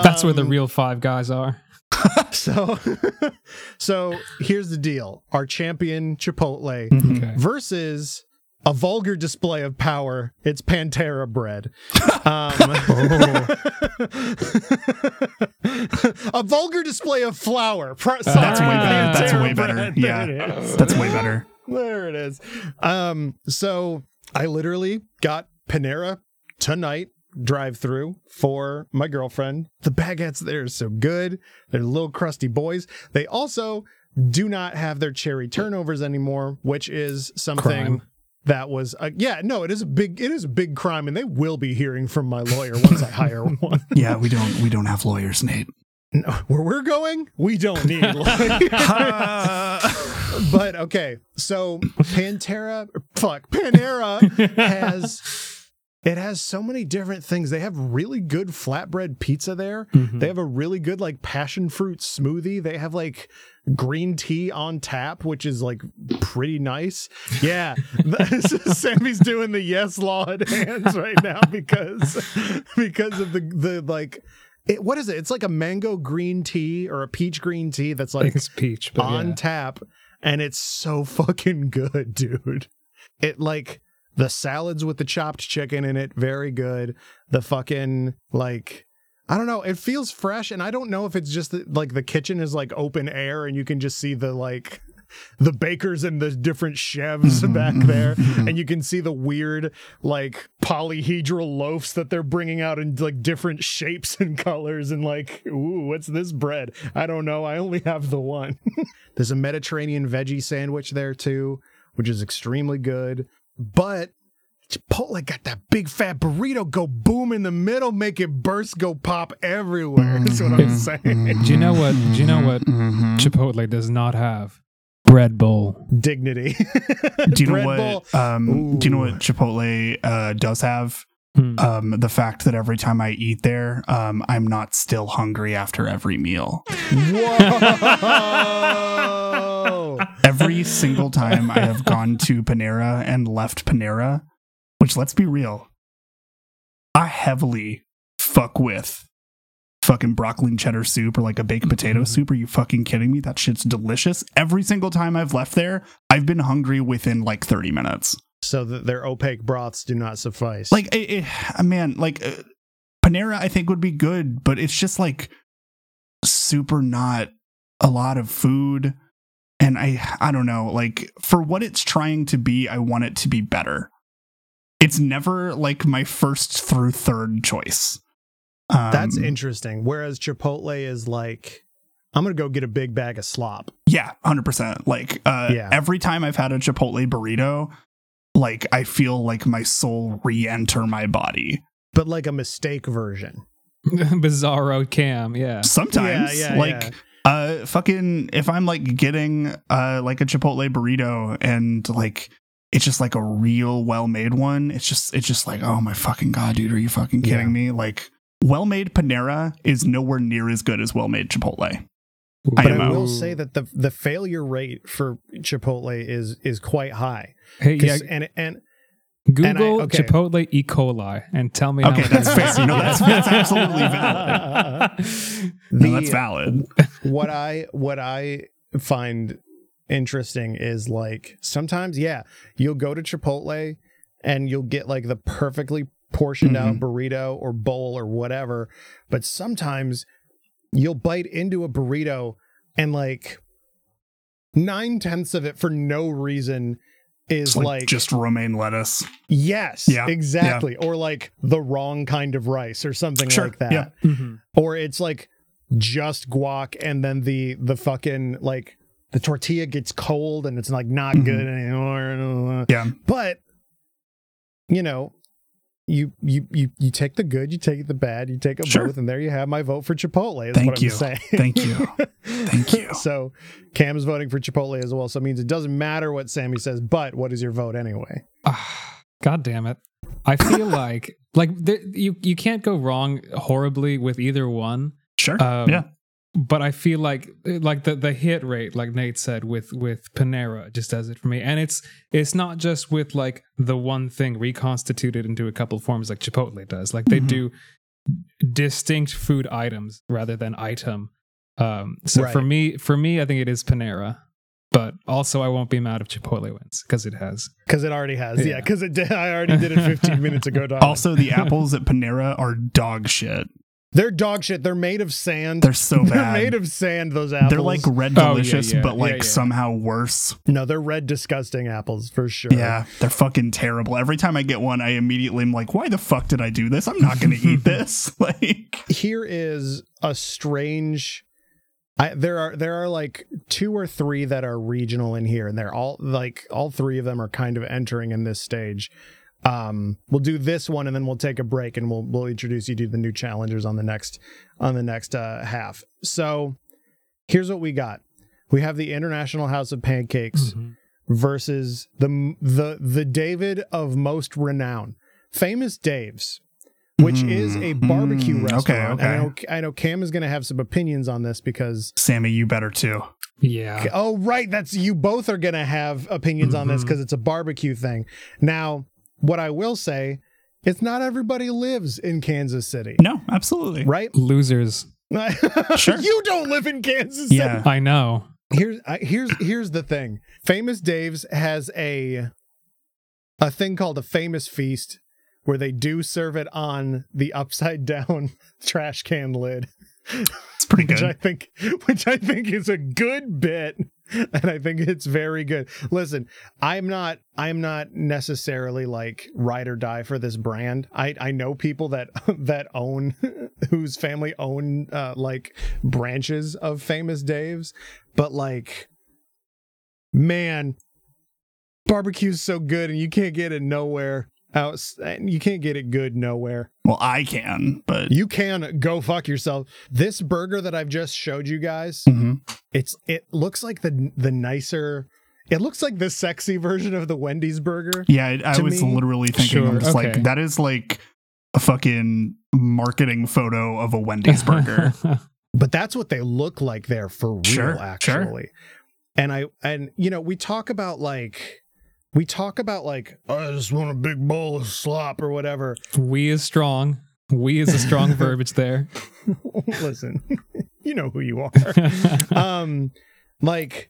That's where the Um, real five guys are. so so here's the deal: our champion Chipotle Mhm. Okay. versus a vulgar display of power. It's Pantera bread. Um, a vulgar display of flour. Pro- That's sorry, way better. Oh. Uh, That's Pantera way better. bread. Yeah. There it is. That's way better. There it is. Um, so I literally got Panera tonight drive through for my girlfriend. The baguettes there are so good. They're little crusty boys. They also do not have their cherry turnovers anymore, which is something Crime. that was a, yeah, no, it is a big it is a big crime and they will be hearing from my lawyer once I hire one. Yeah. We don't. We don't have lawyers, Nate. No, where we're going, we don't need lawyers. but okay, so Pantera, fuck, Panera has it has so many different things. They have really good flatbread pizza there. Mhm. They have a really good like passion fruit smoothie. They have like green tea on tap, which is like pretty nice. Yeah, Sammy's doing the yes law at hands right now because because of the the like. It, what is it? It's like a mango green tea or a peach green tea that's like it's peach, but on Oh, yeah. tap and it's so fucking good dude it like the salads with the chopped chicken in it very good the fucking like i don't know it feels fresh and i don't know if it's just that, like the kitchen is like open air and you can just see the like the bakers and the different chefs Mhm, back mhm, there mhm. and you can see the weird like polyhedral loaves that they're bringing out in like different shapes and colors and like ooh what's this bread i don't know i only have the one there's a mediterranean veggie sandwich there too which is extremely good but Chipotle got that big fat burrito go boom in the middle, make it burst, go pop Mm-hmm, everywhere. That's what I'm saying. Hmm. Do you know what? Do you know what Chipotle does not have? Bread bowl. Dignity. Do you know Bread bowl. what? Um, do you know Ooh. what Chipotle uh, does have? Hmm. Um, the fact that every time I eat there, um, I'm not still hungry after every meal. Whoa. Every single time I have gone to Panera and left Panera, which let's be real, I heavily fuck with fucking broccoli and cheddar soup or like a baked potato soup. Are you fucking kidding me? That shit's delicious. Every single time I've left there, I've been hungry within like 30 minutes. so that their opaque broths do not suffice. Like, it, it, man, like uh, Panera, I think would be good, but it's just like super not a lot of food. And I, I don't know, like for what it's trying to be, I want it to be better. It's never like my first through third choice. Um, that's interesting. Whereas Chipotle is like, I'm gonna go get a big bag of slop. Yeah, hundred percent. Like uh, Yeah. every time I've had a Chipotle burrito, like I feel like my soul re-enter my body. But like a mistake version. Bizarro cam. Yeah. Sometimes, Yeah, yeah, like yeah. uh, fucking, if I'm like getting uh like a Chipotle burrito and like it's just like a real well-made one, it's just it's just like oh my fucking god, dude, are you fucking kidding Yeah. me? Like well-made Panera is nowhere near as good as well-made Chipotle. I But am I out. will say that the the failure rate for Chipotle is is quite high. Hey, 'Cause- yeah. And and and I- Google okay. Chipotle E. coli and tell me. Okay, how that's many fair. No, that's- that's absolutely No, valid. The- that's valid. what I what I find interesting is like sometimes yeah you'll go to Chipotle and you'll get like the perfectly portioned Mm-hmm. out burrito or bowl or whatever but sometimes you'll bite into a burrito and like nine tenths of it for no reason is It's like, like just romaine lettuce. yes Yeah, yeah. exactly or like the wrong kind of rice or something Sure, like that yeah. Mhm. or it's like just guac and then the the fucking like the tortilla gets cold and it's like not Mhm. good anymore Yeah. but you know you you you you take the good you take the bad you take them Sure. both and there you have my vote for chipotle is Thank what you. i'm saying Thank you. Thank you. so cam is voting for chipotle as well so it means it doesn't matter what sammy says but what is your vote anyway Ah, God damn it! I feel like like there, you you can't go wrong horribly with either one. Sure. Um, yeah. But I feel like like the the hit rate, like Nate said, with with Panera just does it for me. And it's it's not just with like the one thing reconstituted into a couple forms like Chipotle does. Like they Mhm. do distinct food items rather than item. Um, so for Right. me, for me, I think it is Panera. But also, I won't be mad if Chipotle wins because it has. because it already has yeah Yeah. because it did i already did it 15 minutes ago Donna. Also, the apples at Panera are dog shit. they're dog shit they're made of sand They're so They're bad. made of sand. Those apples. They're like red Oh, yeah, delicious, yeah, but yeah, like yeah. somehow worse. no, they're red, disgusting apples for sure. Yeah, they're fucking terrible. Every time I get one, I immediately am like, "Why the fuck did I do this? I'm not going to eat this." Like, Here is a strange. I, there are there are like two or three that are regional in here, and they're all like all three of them are kind of entering in this stage. Um, we'll do this one, and then we'll take a break, and we'll we'll introduce you to the new challengers on the next on the next uh, half. So, here's what we got: we have the International House of Pancakes. Mm-hmm. versus the the the David of most renown, famous Dave's, which is a Mm, barbecue mm, okay, restaurant. And I know okay. I know Cam is going to have some opinions on this because Sammy, you better too. Ah. Yeah. oh right, that's you both are going to have opinions on this Mm-hmm. Mhm. because it's a barbecue thing. Now, what I will say, it's not everybody lives in Kansas City, No, absolutely. right? Losers. Sure. you don't live in Kansas City. Yeah, I know. here's I, here's here's the thing famous dave's has a a thing called a famous feast where they do serve it on the upside down trash can lid it's pretty which i good. think which i think is a good bit and i think it's very good listen i'm not i'm not necessarily like ride or die for this brand i i know people that that own whose family own uh, like branches of famous dave's but like man barbecue's so good and you can't get it nowhere How it's- and you can't get it good nowhere. Well, I can, but You can go fuck yourself. This burger that I've just showed you guys, Mhm. it's it looks like the the nicer. It looks like the sexy version of the Wendy's burger. yeah, I, I To was me- literally thinking, Sure, I'm just okay. like, that is like a fucking marketing photo of a Wendy's burger. but that's what they look like there for real Sure, sure. actually and i and you know we talk about like we talk about like "Oh, i just want a big bowl of slop or whatever we is strong. We is a strong verbiage there. listen you know who you are um like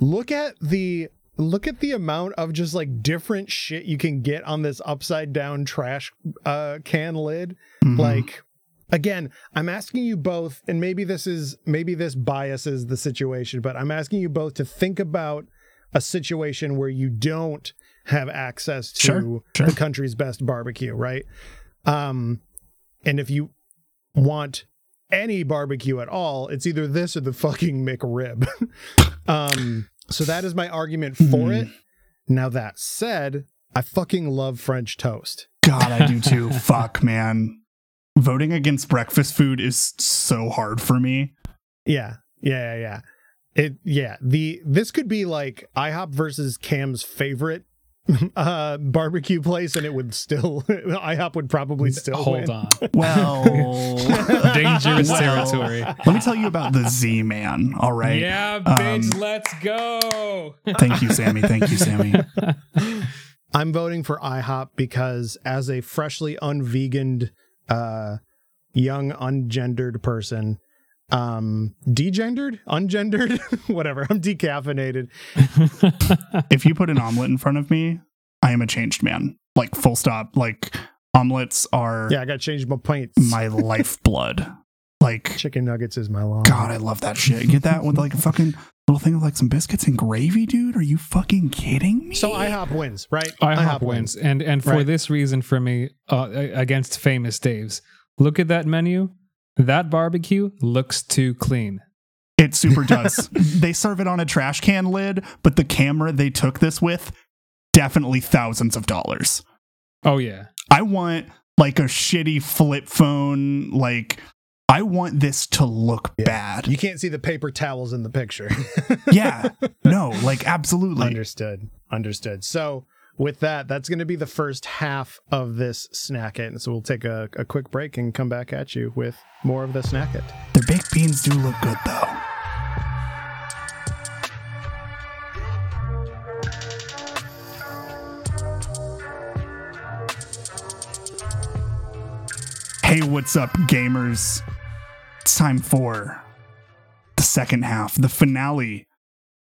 look at the look at the amount of just like different shit you can get on this upside down trash uh can lid Mhm. like again i'm asking you both and maybe this is maybe this biases the situation but i'm asking you both to think about a situation where you don't have access to Sure, sure. the country's best barbecue right um and if you want any barbecue at all it's either this or the fucking mcrib um so that is my argument for Hmm. it now that said i fucking love french toast God, I do too. Fuck, man. Voting against breakfast food is so hard for me. Yeah. Yeah, yeah, yeah. It yeah, the this could be like IHOP versus Cam's favorite uh barbecue place and it would still IHOP would probably still Hold win. on. Well, Dangerous Well, territory. Let me tell you about the Z Man. All right. Yeah, Um, bitch, let's go. Thank you, Sammy. Thank you, Sammy. I'm voting for IHOP because as a freshly unveganed uh young ungendered person um degendered ungendered whatever i'm decaffeinated If you put an omelet in front of me, I am a changed man. Like full stop. Like omelets are yeah i gotta change my points my lifeblood. Like chicken nuggets is my long God, I love that shit. Get that with like a fucking little thing with like some biscuits and gravy, dude. Are you fucking kidding me? so ihop wins right IHOP wins, and and for Right. this reason, for me, uh, a- against famous Dave's, look at that menu. That barbecue looks too clean. It super does. they serve it on a trash can lid, but the camera they took this with definitely thousands of dollars. Oh yeah, I want like a shitty flip phone. Like, I want this to look bad. You can't see the paper towels in the picture. yeah. No, like, absolutely. Understood. Understood. So, with that, that's going to be the first half of this snack it. And so, we'll take a, a quick break and come back at you with more of the snack it. Their baked beans do look good, though. Hey, what's up, gamers? It's time for the second half, the finale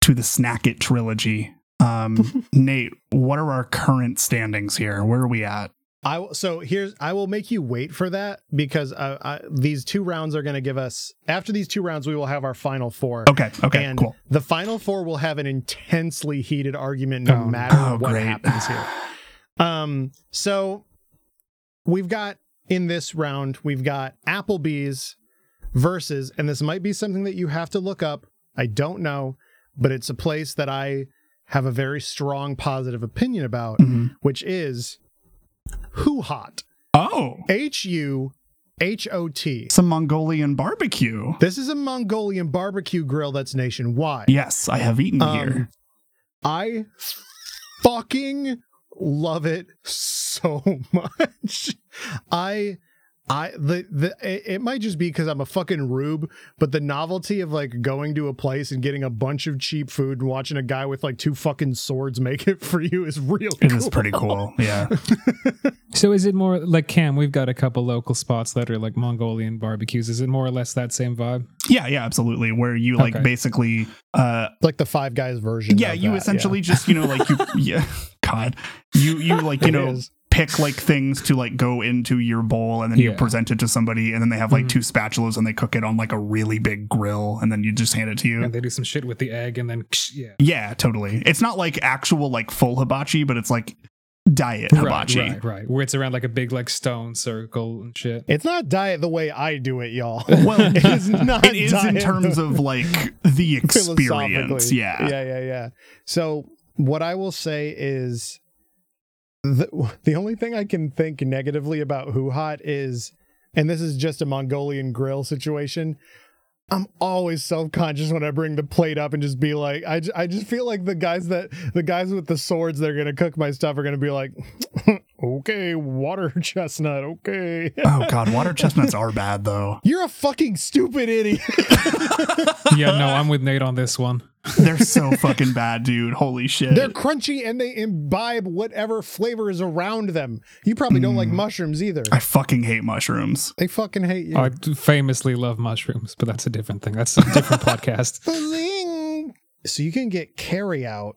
to the Snack It trilogy. Um, Nate, what are our current standings here? Where are we at? I w- so here's I will make you wait for that because uh, I, these two rounds are going to give us after these two rounds we will have our final four. Okay, okay, and cool. the final four will have an intensely heated argument no Oh, no. matter Oh, what great. happens here. Um, so we've got in this round, we've got Applebee's versus, and this might be something that you have to look up. I don't know, but it's a place that I have a very strong positive opinion about, Mhm. which is Who Hot. Oh, H U H O T. some Mongolian barbecue. This is a Mongolian barbecue grill that's nationwide. Yes, I have eaten Um, here. I fucking love it so much. I I the the it, it might just be cuz I'm a fucking rube, but the novelty of like going to a place and getting a bunch of cheap food and watching a guy with like two fucking swords make it for you is real. It is pretty cool. Yeah. So is it more like Cam? We've got a couple local spots that are like Mongolian barbecues. Is it more or less that same vibe? Yeah, yeah, absolutely. Where you like Okay. basically uh like the five guys version. yeah, of you that, essentially just, you know, like you yeah, god. You you like, you It know, is. pick like things to like go into your bowl and then you Yeah. present it to somebody and then they have like Mhm. two spatulas and they cook it on like a really big grill and then you just hand it to you. And they do some shit with the egg, and then yeah, yeah, totally. It's not like actual like full hibachi, but it's like diet hibachi. right, right, right. Where it's around like a big like stone circle and shit. It's not diet the way I do it, y'all. Well, it is not It is in diet terms the- of like the Philosophically, experience. Yeah. Yeah, yeah, yeah. So what I will say is the, the only thing I can think negatively about Who Hot is, and this is just a Mongolian grill situation. I'm always self-conscious when I bring the plate up and just be like, I, j- I just feel like the guys that the guys with the swords that are gonna cook my stuff are gonna be like, okay, water chestnut, okay. Oh god, water chestnuts are bad though. You're a fucking stupid idiot. yeah, no, I'm with Nate on this one. They're so fucking bad, dude. Holy shit. They're crunchy and they imbibe whatever flavor is around them. You probably don't like Mm. mushrooms either. I fucking hate mushrooms. They fucking hate you. I famously love mushrooms, but that's a different thing. That's a different podcast. Bling. So you can get carry out,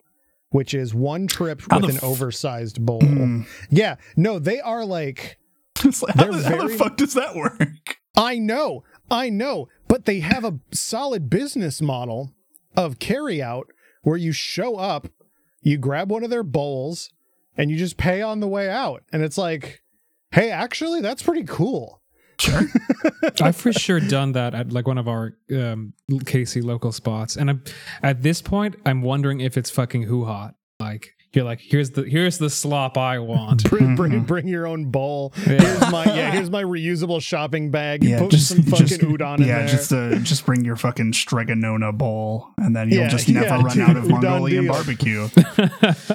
which is one trip How with the an f- oversized bowl. Mm. Yeah, no, they are like It's like, how, They're the, how the very- fuck does that work? I know, I know, but they have a solid business model of carry out where you show up, you grab one of their bowls, and you just pay on the way out. And it's like, hey, actually, that's pretty cool. I've for sure done that at like one of our um, Casey local spots, and I'm at this point I'm wondering if it's fucking hoo hot. Like you're like here's the here's the slop I want. Bring, bring, Mhm. bring your own bowl. Yeah. Here's my yeah. Here's my reusable shopping bag. Yeah, Put just- some fucking just- udon in yeah, there. just uh, just bring your fucking stregonona bowl, and then you'll Yeah, just never yeah, run dude, out of done Mongolian deal. barbecue.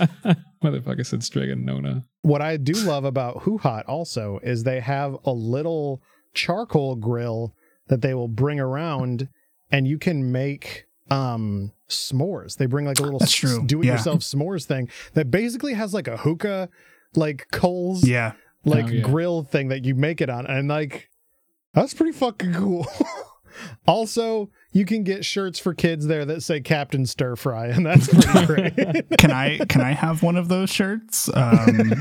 Motherfucker said Strigan Nona. what I do love about Hoo Hot also is they have a little charcoal grill that they will bring around, and you can make um s'mores. They bring like a little That's true. do it yourself s'mores thing that basically has like a hookah, like coals, Yeah, like Oh, yeah. grill thing that you make it on, and like that's pretty fucking cool. also, you can get shirts for kids there that say Captain Stir Fry, and that's pretty great. can I can I have one of those shirts? Um,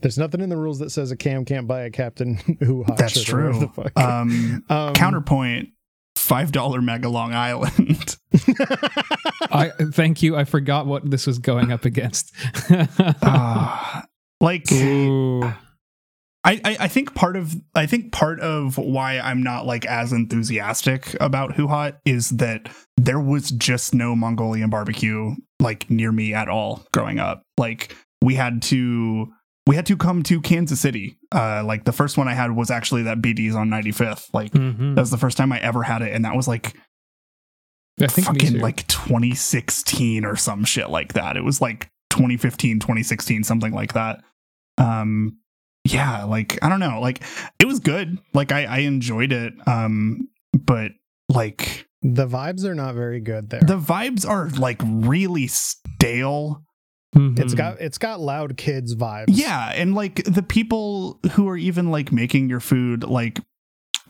There's nothing in the rules that says a cam can't buy a captain who hot that's shit or whatever true. the fuck. Um, Um, counterpoint: five dollar mega Long Island. I thank you. I forgot what this was going up against. Ah, like Ooh. I, I I think part of I think part of why I'm not like as enthusiastic about Huhat is that there was just no Mongolian barbecue like near me at all growing up. Like we had to we had to come to Kansas City. Uh like the first one I had was actually that BD's on 95th. Like Mhm. that was the first time I ever had it and that was like I think me fucking too. like 2016 or some shit like that. It was like 2015, 2016, something like that. Um, yeah, like I don't know, like it was good. Like I, I enjoyed it. Um, but like the vibes are not very good there. the vibes are like really stale. Mhm. it's got it's got loud kids vibes. Yeah, and like the people who are even like making your food, like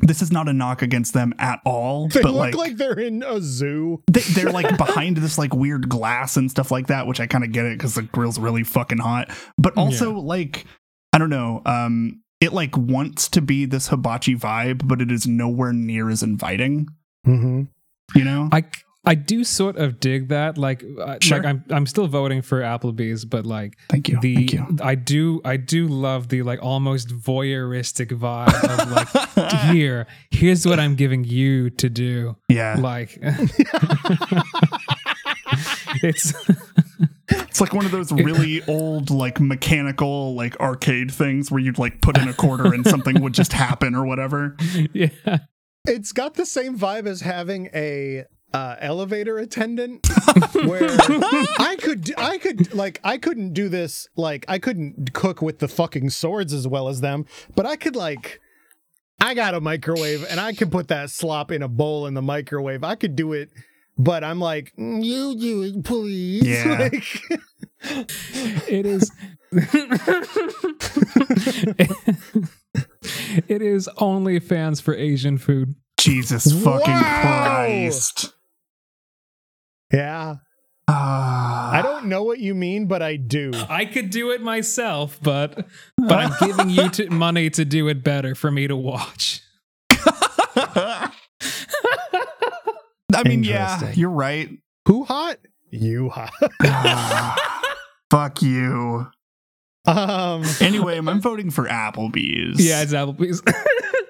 this is not a knock against them at all. They but look like, they're in a zoo. they, they're like behind this like weird glass and stuff like that, which I kind of get it because the grill's really fucking hot. But also like I don't know, um, it like wants to be this hibachi vibe, but it is nowhere near as inviting. Mm-hmm. You know? I I do sort of dig that. Like I Sure. like I'm I'm still voting for Applebee's, but like thank you, the thank you. I do I do love the like almost voyeuristic vibe of like here here's what I'm giving you to do. yeah, Like it's it's like one of those really old, like mechanical, like arcade things where you'd like put in a quarter and something would just happen or whatever. yeah. It's got the same vibe as having a uh, elevator attendant where I could do- I could like I couldn't do this like I couldn't cook with the fucking swords as well as them, but I could like I got a microwave and I could put that slop in a bowl in the microwave. I could do it, but I'm like "Mm, you do it, please. Yeah. Like, It is. it is only fans for Asian food. Jesus fucking Wow! Christ. yeah, Ah. I don't know what you mean, but I do. I could do it myself, but but I'm giving you t- money to do it better for me to watch. I mean, yeah, Interesting. you're right. Who hot? You hot. Ah, Fuck you. Um, Anyway, I'm voting for Applebee's. Yeah, it's Applebee's.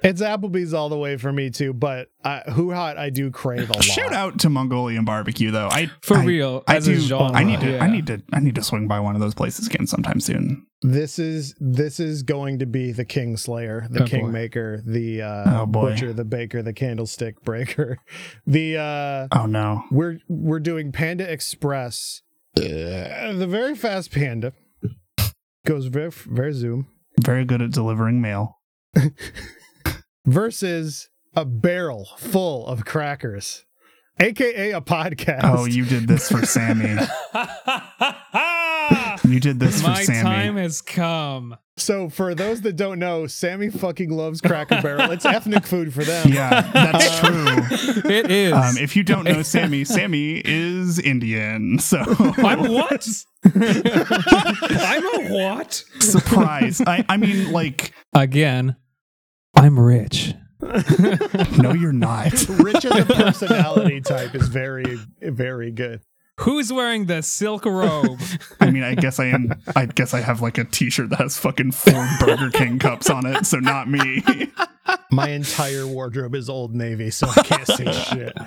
It's Applebee's all the way for me too, but uh, Who Hot I do crave a lot. Shout out to Mongolian barbecue though. I for I, real. I as do. a genre, I need to. yeah. I need to. I need to swing by one of those places again sometime soon. This is this is going to be the Kingslayer, Oh, the boy. Kingmaker, the uh, Oh, boy. butcher, the baker, the candlestick breaker. The uh, Oh no. we're we're doing Panda Express. Uh, the very fast panda goes very very zoom Very good at delivering mail. versus a barrel full of crackers, aka a podcast. Oh, you did this for Sammy. You did this for My Sammy. time has come. So for those that don't know, Sammy fucking loves Cracker Barrel. It's ethnic food for them. Yeah, that's true. It is. Um, if you don't know Sammy, Sammy is Indian. So I'm what? I'm a what? surprise. I, I mean, like, Again, I'm rich. no, you're not. Rich as a personality type is very, very good. Who's wearing the silk robe? I mean, I guess I am. I guess I have like a T-shirt that has fucking four Burger King cups on it. So not me. My entire wardrobe is Old Navy, so I can't say shit.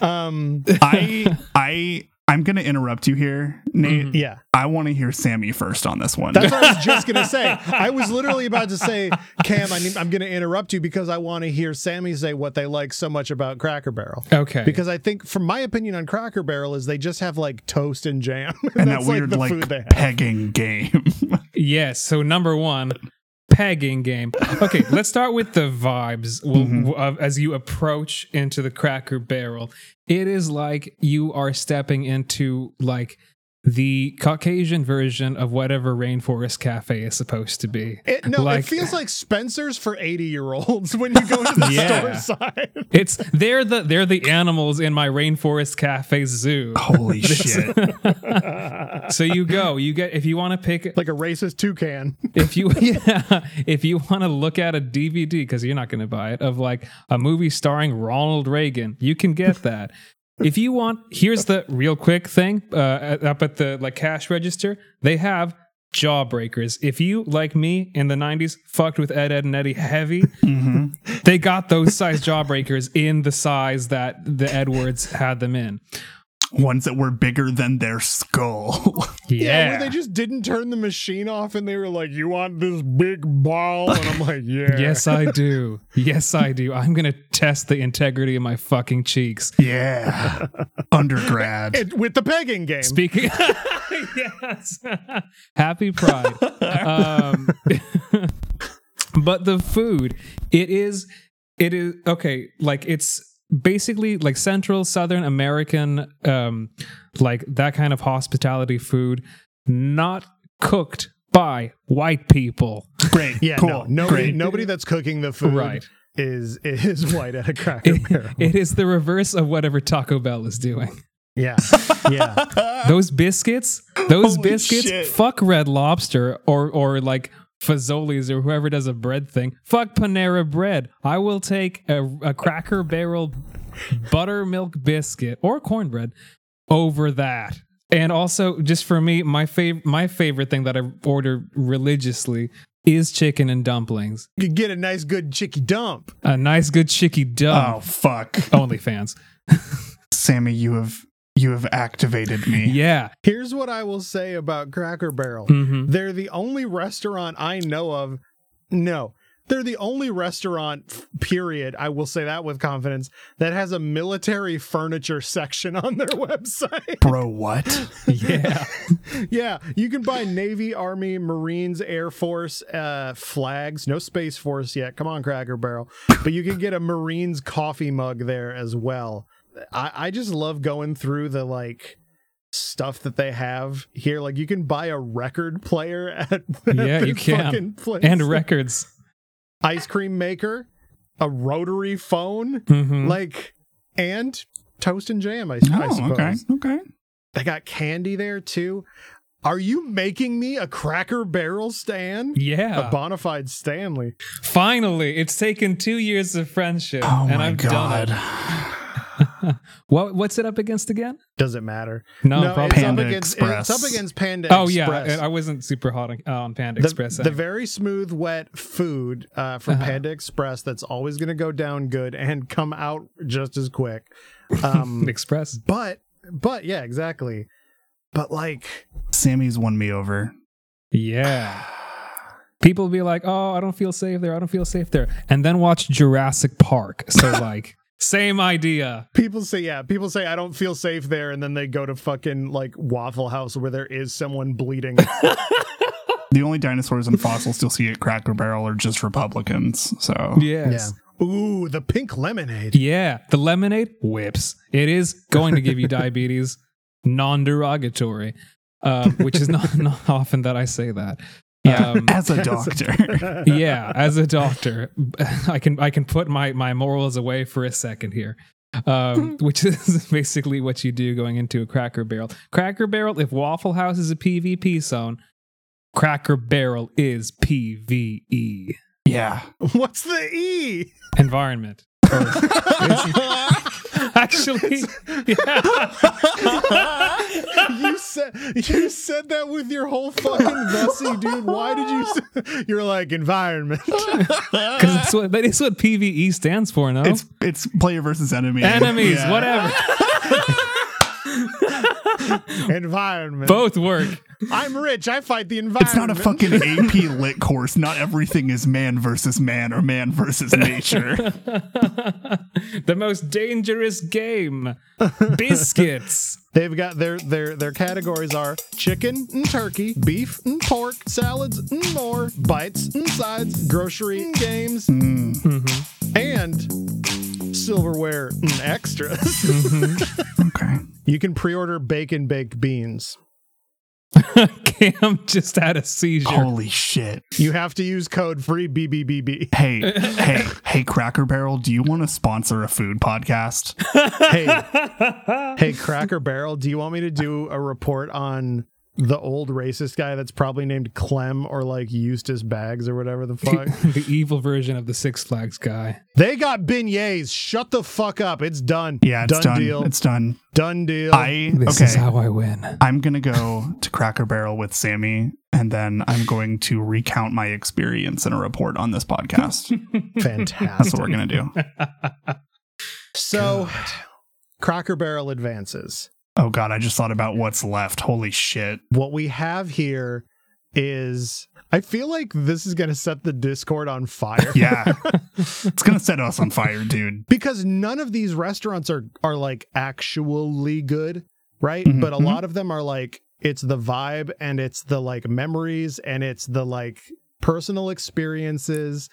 Um, I I I'm gonna interrupt you here, Nate. Mhm. yeah, I want to hear Sammy first on this one. Mm-hmm. that's what I was just gonna say. I was literally about to say, Cam, I need, I'm gonna interrupt you because I want to hear Sammy say what they like so much about Cracker Barrel. Okay. Because I think, from my opinion on Cracker Barrel, is they just have like toast and jam, and that that's weird like, food they have. pegging game. Yes. So number one, pegging game. Okay, let's start with the vibes. Well, Mm-hmm. Mhm. w- of- as you approach into the Cracker Barrel, it is like you are stepping into like the Caucasian version of whatever Rainforest Cafe is supposed to be. It, no, Like- it feels like Spencer's for 80 year olds when you go to the Yeah. store sign. It's they're the they're the animals in my Rainforest Cafe zoo. Holy shit! So you go, you get if you want to pick like a racist toucan. if you yeah, if you want to look at a DVD because you're not going to buy it of like a movie starring Ronald Reagan, you can get that. if you want, here's the real quick thing uh, at- up at the like cash register, they have jawbreakers. If you like me in the '90s, fucked with Ed, Ed and Eddie heavy, hmm they got those size jawbreakers in the size that the Edwards had them in. Ones that were bigger than their skull. where Yeah, they just didn't turn the machine off and they were like, You want this big ball? And I'm like, Yeah. yes, I do. Yes, I do. I'm gonna test the integrity of my fucking cheeks. yeah, undergrad. It- with the pegging game. Speaking, yes, happy Pride. um, but the food, it is, it is okay. Like it's basically like Central Southern American, um, like that kind of hospitality food, not cooked by white people. Great. yeah, Cool. no, nobody, Great. nobody that's cooking the food Right. is is white at a cracker barrel. It, it is the reverse of whatever Taco Bell is doing. yeah, yeah. those biscuits, those Holy biscuits, shit. fuck Red Lobster or or like Fazoli's or whoever does a bread thing. Fuck Panera Bread. I will take a, a Cracker Barrel buttermilk biscuit or cornbread over that. And also, just for me, my fav- my favorite thing that I order religiously is chicken and dumplings. You get a nice, good chicky dump. A nice, good chicky Oh dump. fuck, OnlyFans. Sammy, you have you have activated me. Yeah. Here's what I will say about Cracker Barrel. Mhm. They're the only restaurant I know of. No, they're the only restaurant, f- period. I will say that with confidence, that has a military furniture section on their website. Bro, what? Yeah. yeah, you can buy Navy, Army, Marines, Air Force uh, flags. No Space Force yet. Come on, Cracker Barrel. But you can get a Marines coffee mug there as well. I, I just love going through the like stuff that they have here. Like you can buy a record player at, at Yeah, you this can. fucking place. and records. ice cream maker, a rotary phone, Mhm. like and toast and jam. I, I Oh, suppose okay, okay. they got candy there too. Are you making me a Cracker Barrel Stan? yeah. A bona fide Stanley. Finally, it's taken two years of friendship, Oh and my I've god. done what what's it up against again? Does it matter? No, it's probably Panda up against, Express. It's up against Panda Oh Express. yeah, I- I wasn't super hot on, uh, on Panda the, Express. the anyway. very smooth, wet food uh, from Uh-huh. Panda Express that's always going to go down good and come out just as quick. Um, Express. but, but yeah, exactly. But like, Sammy's won me over. Yeah. People be like, "Oh, I don't feel safe there. I don't feel safe there," and then watch Jurassic Park. So like, same idea. people say, yeah, people say, I don't feel safe there. And then they go to fucking like Waffle House where there is someone bleeding. The only dinosaurs and fossils you'll see at Cracker Barrel are just Republicans. So Yes. Ooh, the pink lemonade. Yeah, the lemonade whips. It is going to give you diabetes, non-derogatory, uh, which is not, not often that I say that. yeah, Um, as a doctor, yeah, as a doctor, I can I can put my my morals away for a second here, um, which is basically what you do going into a Cracker Barrel. Cracker Barrel, if Waffle House is a PvP zone, Cracker Barrel is E. PvE yeah, What's the E? environment. Or- actually, yeah. you said you said that with your whole fucking Vessie, dude. Why did you? s- You're like environment. Because it's what that is what PVE stands for, no? uh, it's it's player versus enemy. Enemies, Yeah. whatever. environment. Both work. I'm rich. I fight the environment. It's not a fucking AP lit course. Not everything is man versus man or man versus nature. the most dangerous game. Biscuits. They've got their their their categories are chicken and turkey, beef and pork, salads and more, bites and sides, grocery and games, Hmm. Mm-hmm. and silverware and extras. okay. you can pre-order bacon baked beans. Cam just had a seizure. Holy shit. You have to use code free BBBB. Hey, hey, hey, Cracker Barrel, do you want to sponsor a food podcast? Hey, hey, Cracker Barrel, do you want me to do a report on the old racist guy that's probably named Clem or like Eustace Bags or whatever the fuck? the evil version of the Six Flags guy. they got beignets. Shut the fuck up. It's done. Yeah, it's done. deal. It's done. done deal. I Oh, This okay. is how I win. I'm gonna go to Cracker Barrel with Sammy, and then I'm going to recount my experience in a report on this podcast. That's Fantastic. what we're gonna do. so, Cracker Barrel advances. Oh god, I just thought about what's left. Holy shit. what we have here is I feel like this is going to set the Discord on fire. Yeah, it's gonna set us on fire, dude. Because none of these restaurants are are like actually good, right? Mhm. But a Mhm. lot of them are like it's the vibe and it's the like memories and it's the like personal experiences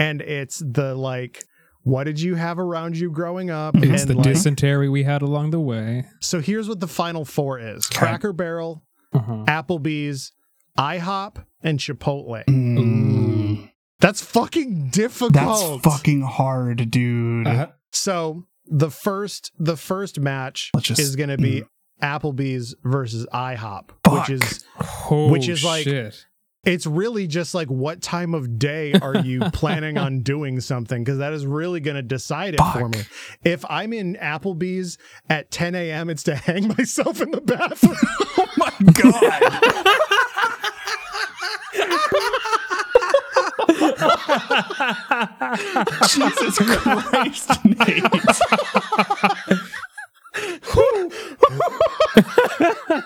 and it's the like what did you have around you growing Mm-hmm. up? It's and the like, dysentery we had along the way. so here's what the final four is: Okay. Cracker Barrel, Uh-huh. Applebee's, IHOP, and Chipotle. Mm. That's fucking difficult. That's fucking hard, dude. Uh-huh. so the first the first match Let's just- mm. is going to be Applebee's versus IHOP, Fuck. which is Oh, Which is like- shit. it's really just like what time of day are you planning on doing something because that is really going to decide it for Fuck. me. If I'm in Applebee's at 10 a.m., it's to hang myself in the bathroom. Oh my god. Oh. Jesus Christ, Nate.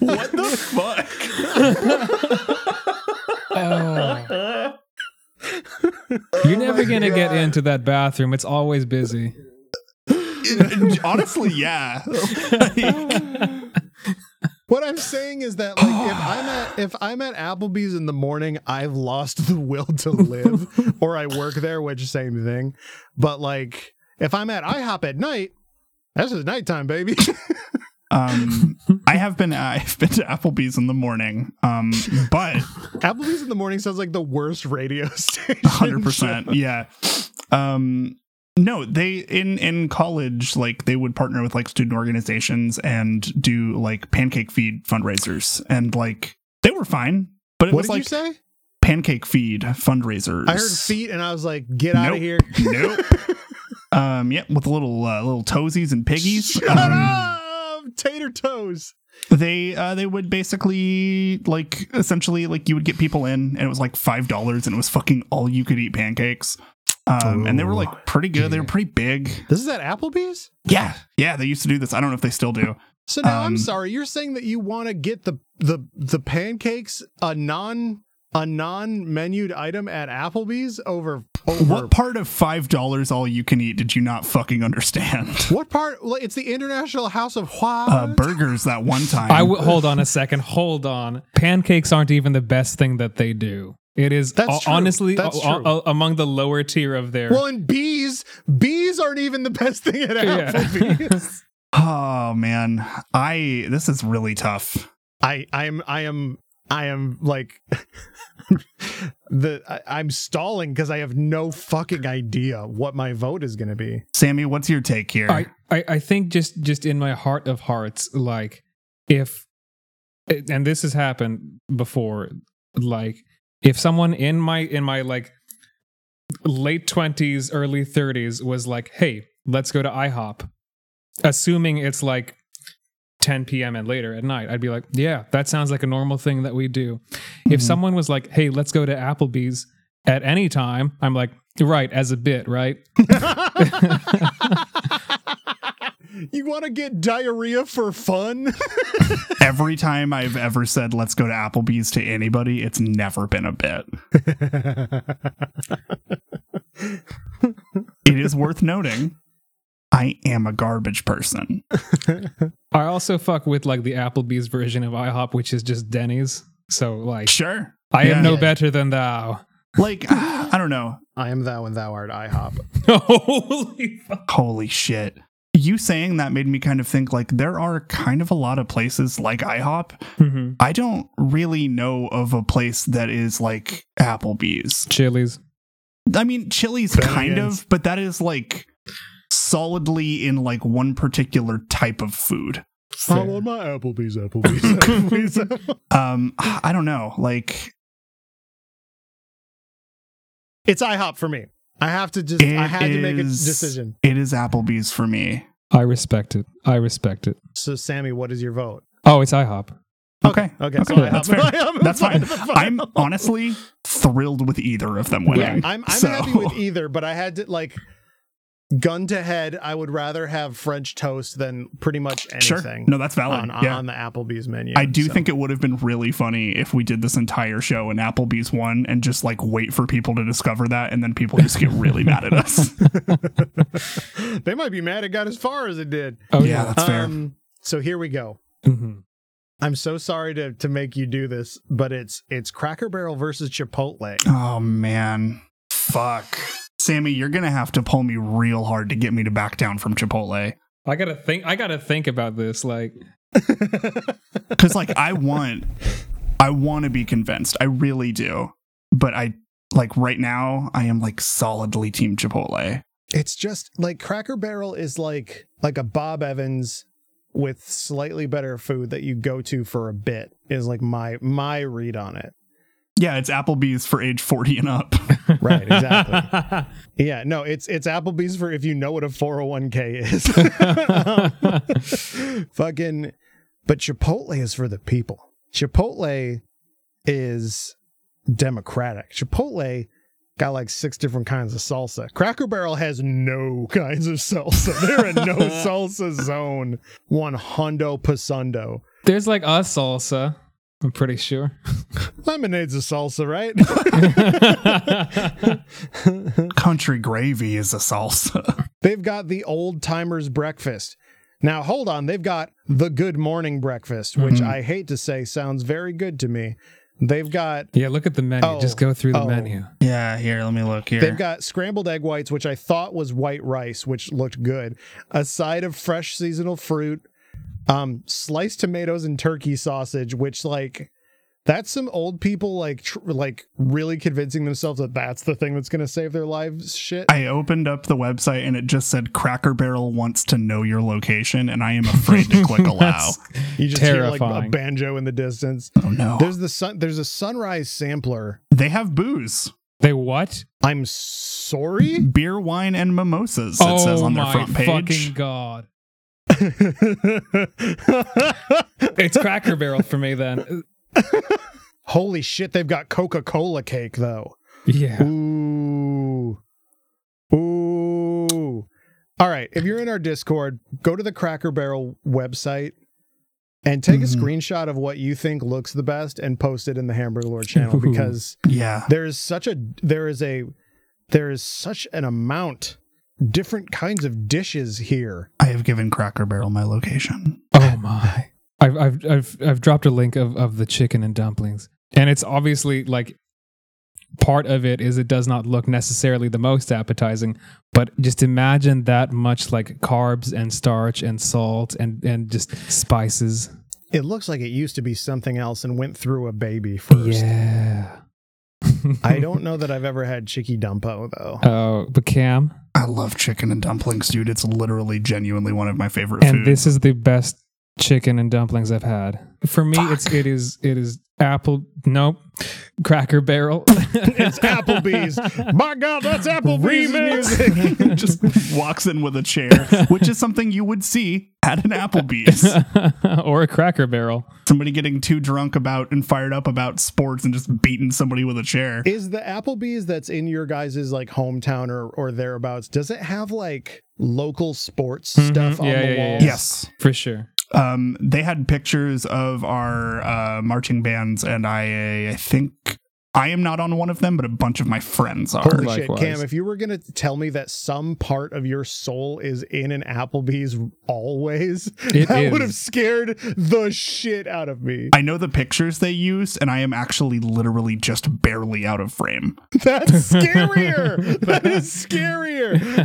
what the fuck? Oh. You're Oh never gonna get into that bathroom. It's always busy. Honestly, yeah. What I'm saying is that like if I'm at if I'm at Applebee's in the morning, I've lost the will to live, or I work there, which same thing. But like if I'm at IHOP at night, that's just nighttime, baby. Um, I have been I've been to Applebee's in the morning, um, but Applebee's in the morning sounds like the worst radio station. hundred percent. Yeah. Um, no, they in in college like they would partner with like student organizations and do like pancake feed fundraisers and like they were fine, but it What was did like you say? pancake feed fundraisers. I heard feet and I was like, get out of Nope. here. Nope. Um, yep, with little uh, little toesies and piggies. Shut Um, up! Tater toes. They uh, they would basically like essentially like you would get people in, and it was like five dollars, and it was fucking all you could eat pancakes. Um, and they were Ooh, like pretty good. They were yeah. pretty big. This is at Applebee's? Yeah, yeah. They used to do this. I don't know if they still do. So now I'm Um, sorry. You're saying that you want to get the the the pancakes a non a non menued item at Applebee's over over What part of five dollars all you can eat did you not fucking understand? What part? well, It's the International House of Hua. Uh, burgers that one time. I w- hold on a second. Hold on. Pancakes aren't even the best thing that they do. It is That's ho- true. honestly That's o- o- true. among the lower tier of their. well, and bees. Bees aren't even the best thing at Yeah. Applebee's. Oh man, I this is really tough. I I'm I am I am like the I, I'm stalling because I have no fucking idea what my vote is going to be. Sammy, what's your take here? I, I I think just just in my heart of hearts, like if and this has happened before, like if someone in my in my like late twenties, early thirties was like, hey, let's go to IHOP, assuming it's like 10 p.m. and later at night, I'd be like, yeah, that sounds like a normal thing that we do. If Mhm. someone was like, hey, let's go to Applebee's at any time, I'm like, right, as a bit, right? you want to get diarrhea for fun? Every time I've ever said let's go to Applebee's to anybody, it's never been a bit. It is worth noting. I am a garbage person. I also fuck with like the Applebee's version of IHOP, which is just Denny's. So like, Sure. I Yeah. am no better than thou. Like, I don't know. I am thou and thou art IHOP. Holy fuck! Holy shit. You saying that made me kind of think like there are kind of a lot of places like IHOP. Mhm. I don't really know of a place that is like Applebee's. Chili's. I mean, Chili's Then kind again- of, but that is like solidly in like one particular type of food. I want my Applebee's, Applebee's, Applebee's. Applebee's. Um, I don't know. Like, it's IHOP for me. I have to just. I It had to make a is- decision. it is Applebee's for me. I respect it. I respect it. So, Sammy, what is your vote? Oh, it's IHOP. Okay. Okay, so Okay, IHOP. that's fair. IHOP That's is fine. the final. I'm honestly thrilled with either of them winning. I'm I'm So- happy with either, but I had to like gun to head. I would rather have French toast than pretty much Sure. anything No, that's valid. on, yeah. on the Applebee's menu. I do so. think it would have been really funny if we did this entire show and Applebee's won and just like wait for people to discover that and then people just get really mad at us. they might be mad it got as far as it did. Oh Yeah, yeah. that's fair. Um, so here we go. Mhm. I'm so sorry to to make you do this, but it's it's Cracker Barrel versus Chipotle. Oh man. Fuck. Sammy, you're gonna have to pull me real hard to get me to back down from Chipotle. I gotta think. I gotta think about this. Like, Cause like I want I wanna be convinced. I really do. But I like right now I am like solidly team Chipotle. It's just like Cracker Barrel is like like a Bob Evans with slightly better food that you go to for a bit is like my my read on it. Yeah, it's Applebee's for age 40 and up. Right, exactly. yeah, no, it's it's Applebee's for if you know what a 401k is. Um, fucking but Chipotle is for the people. Chipotle is democratic. Chipotle got like six different kinds of salsa. Cracker Barrel has no kinds of salsa. They're in no salsa zone. One hondo pasando. There's like a salsa. I'm pretty sure. Lemonade's a salsa, right? Country gravy is a salsa. They've got the old timers breakfast. Now, hold on. They've got the good morning breakfast, which Mhm. I hate to say sounds very good to me. They've got. yeah, look at the menu. Oh, Just go through the oh. menu. Yeah, here, let me look here. They've got scrambled egg whites, which I thought was white rice, which looked good. A side of fresh seasonal fruit, um, sliced tomatoes and turkey sausage, which like That's some old people like tr- like really convincing themselves that that's the thing that's going to save their lives. Shit. I opened up the website and it just said Cracker Barrel wants to know your location, and I am afraid to click allow. That's- you just hear like a terrifying. banjo in the distance. oh no. There's the sun. There's a sunrise sampler. they have booze, They what? I'm sorry. beer, wine, and mimosas, it says on their Oh my front page. fucking god! It's Cracker Barrel for me then. Holy shit! They've got Coca Cola cake though. Yeah. Ooh. Ooh. All right. If you're in our Discord, go to the Cracker Barrel website and take Mhm. Mm-hmm. a screenshot of what you think looks the best and post it in the Hamburger Lord channel Ooh. because yeah. there is such a there is a there is such an amount different kinds of dishes here. I have given Cracker Barrel my location. Oh my. I've I've I've I've dropped a link of of the chicken and dumplings, and it's obviously like part of it is it does not look necessarily the most appetizing, but just imagine that much like carbs and starch and salt and and just spices. It looks like it used to be something else and went through a baby first. Yeah. I don't know that I've ever had Chicky Dumpo though. Oh, but Cam, I love chicken and dumplings, dude. It's literally genuinely one of my favorite and foods. this is the best chicken and dumplings I've had. For me, it's it is it is apple. Nope, Cracker Barrel. it's Applebee's. My God, that's Applebee's Remix. music. just walks in with a chair, which is something you would see at an Applebee's. or a Cracker Barrel. somebody getting too drunk about and fired up about sports and just beating somebody with a chair. Is the Applebee's that's in your guys' like hometown or or thereabouts? Does it have like local sports Mhm. stuff on Yeah, the yeah, yeah, walls? yeah. yes. For sure. Um, they had pictures of our uh, marching bands, and I, I think I am not on one of them, but a bunch of my friends are. Holy shit, Likewise. Cam! If you were gonna tell me that some part of your soul is in an Applebee's always, It that is. would have scared the shit out of me. I know the pictures they used, and I am actually literally just barely out of frame. That's scarier. that is scarier.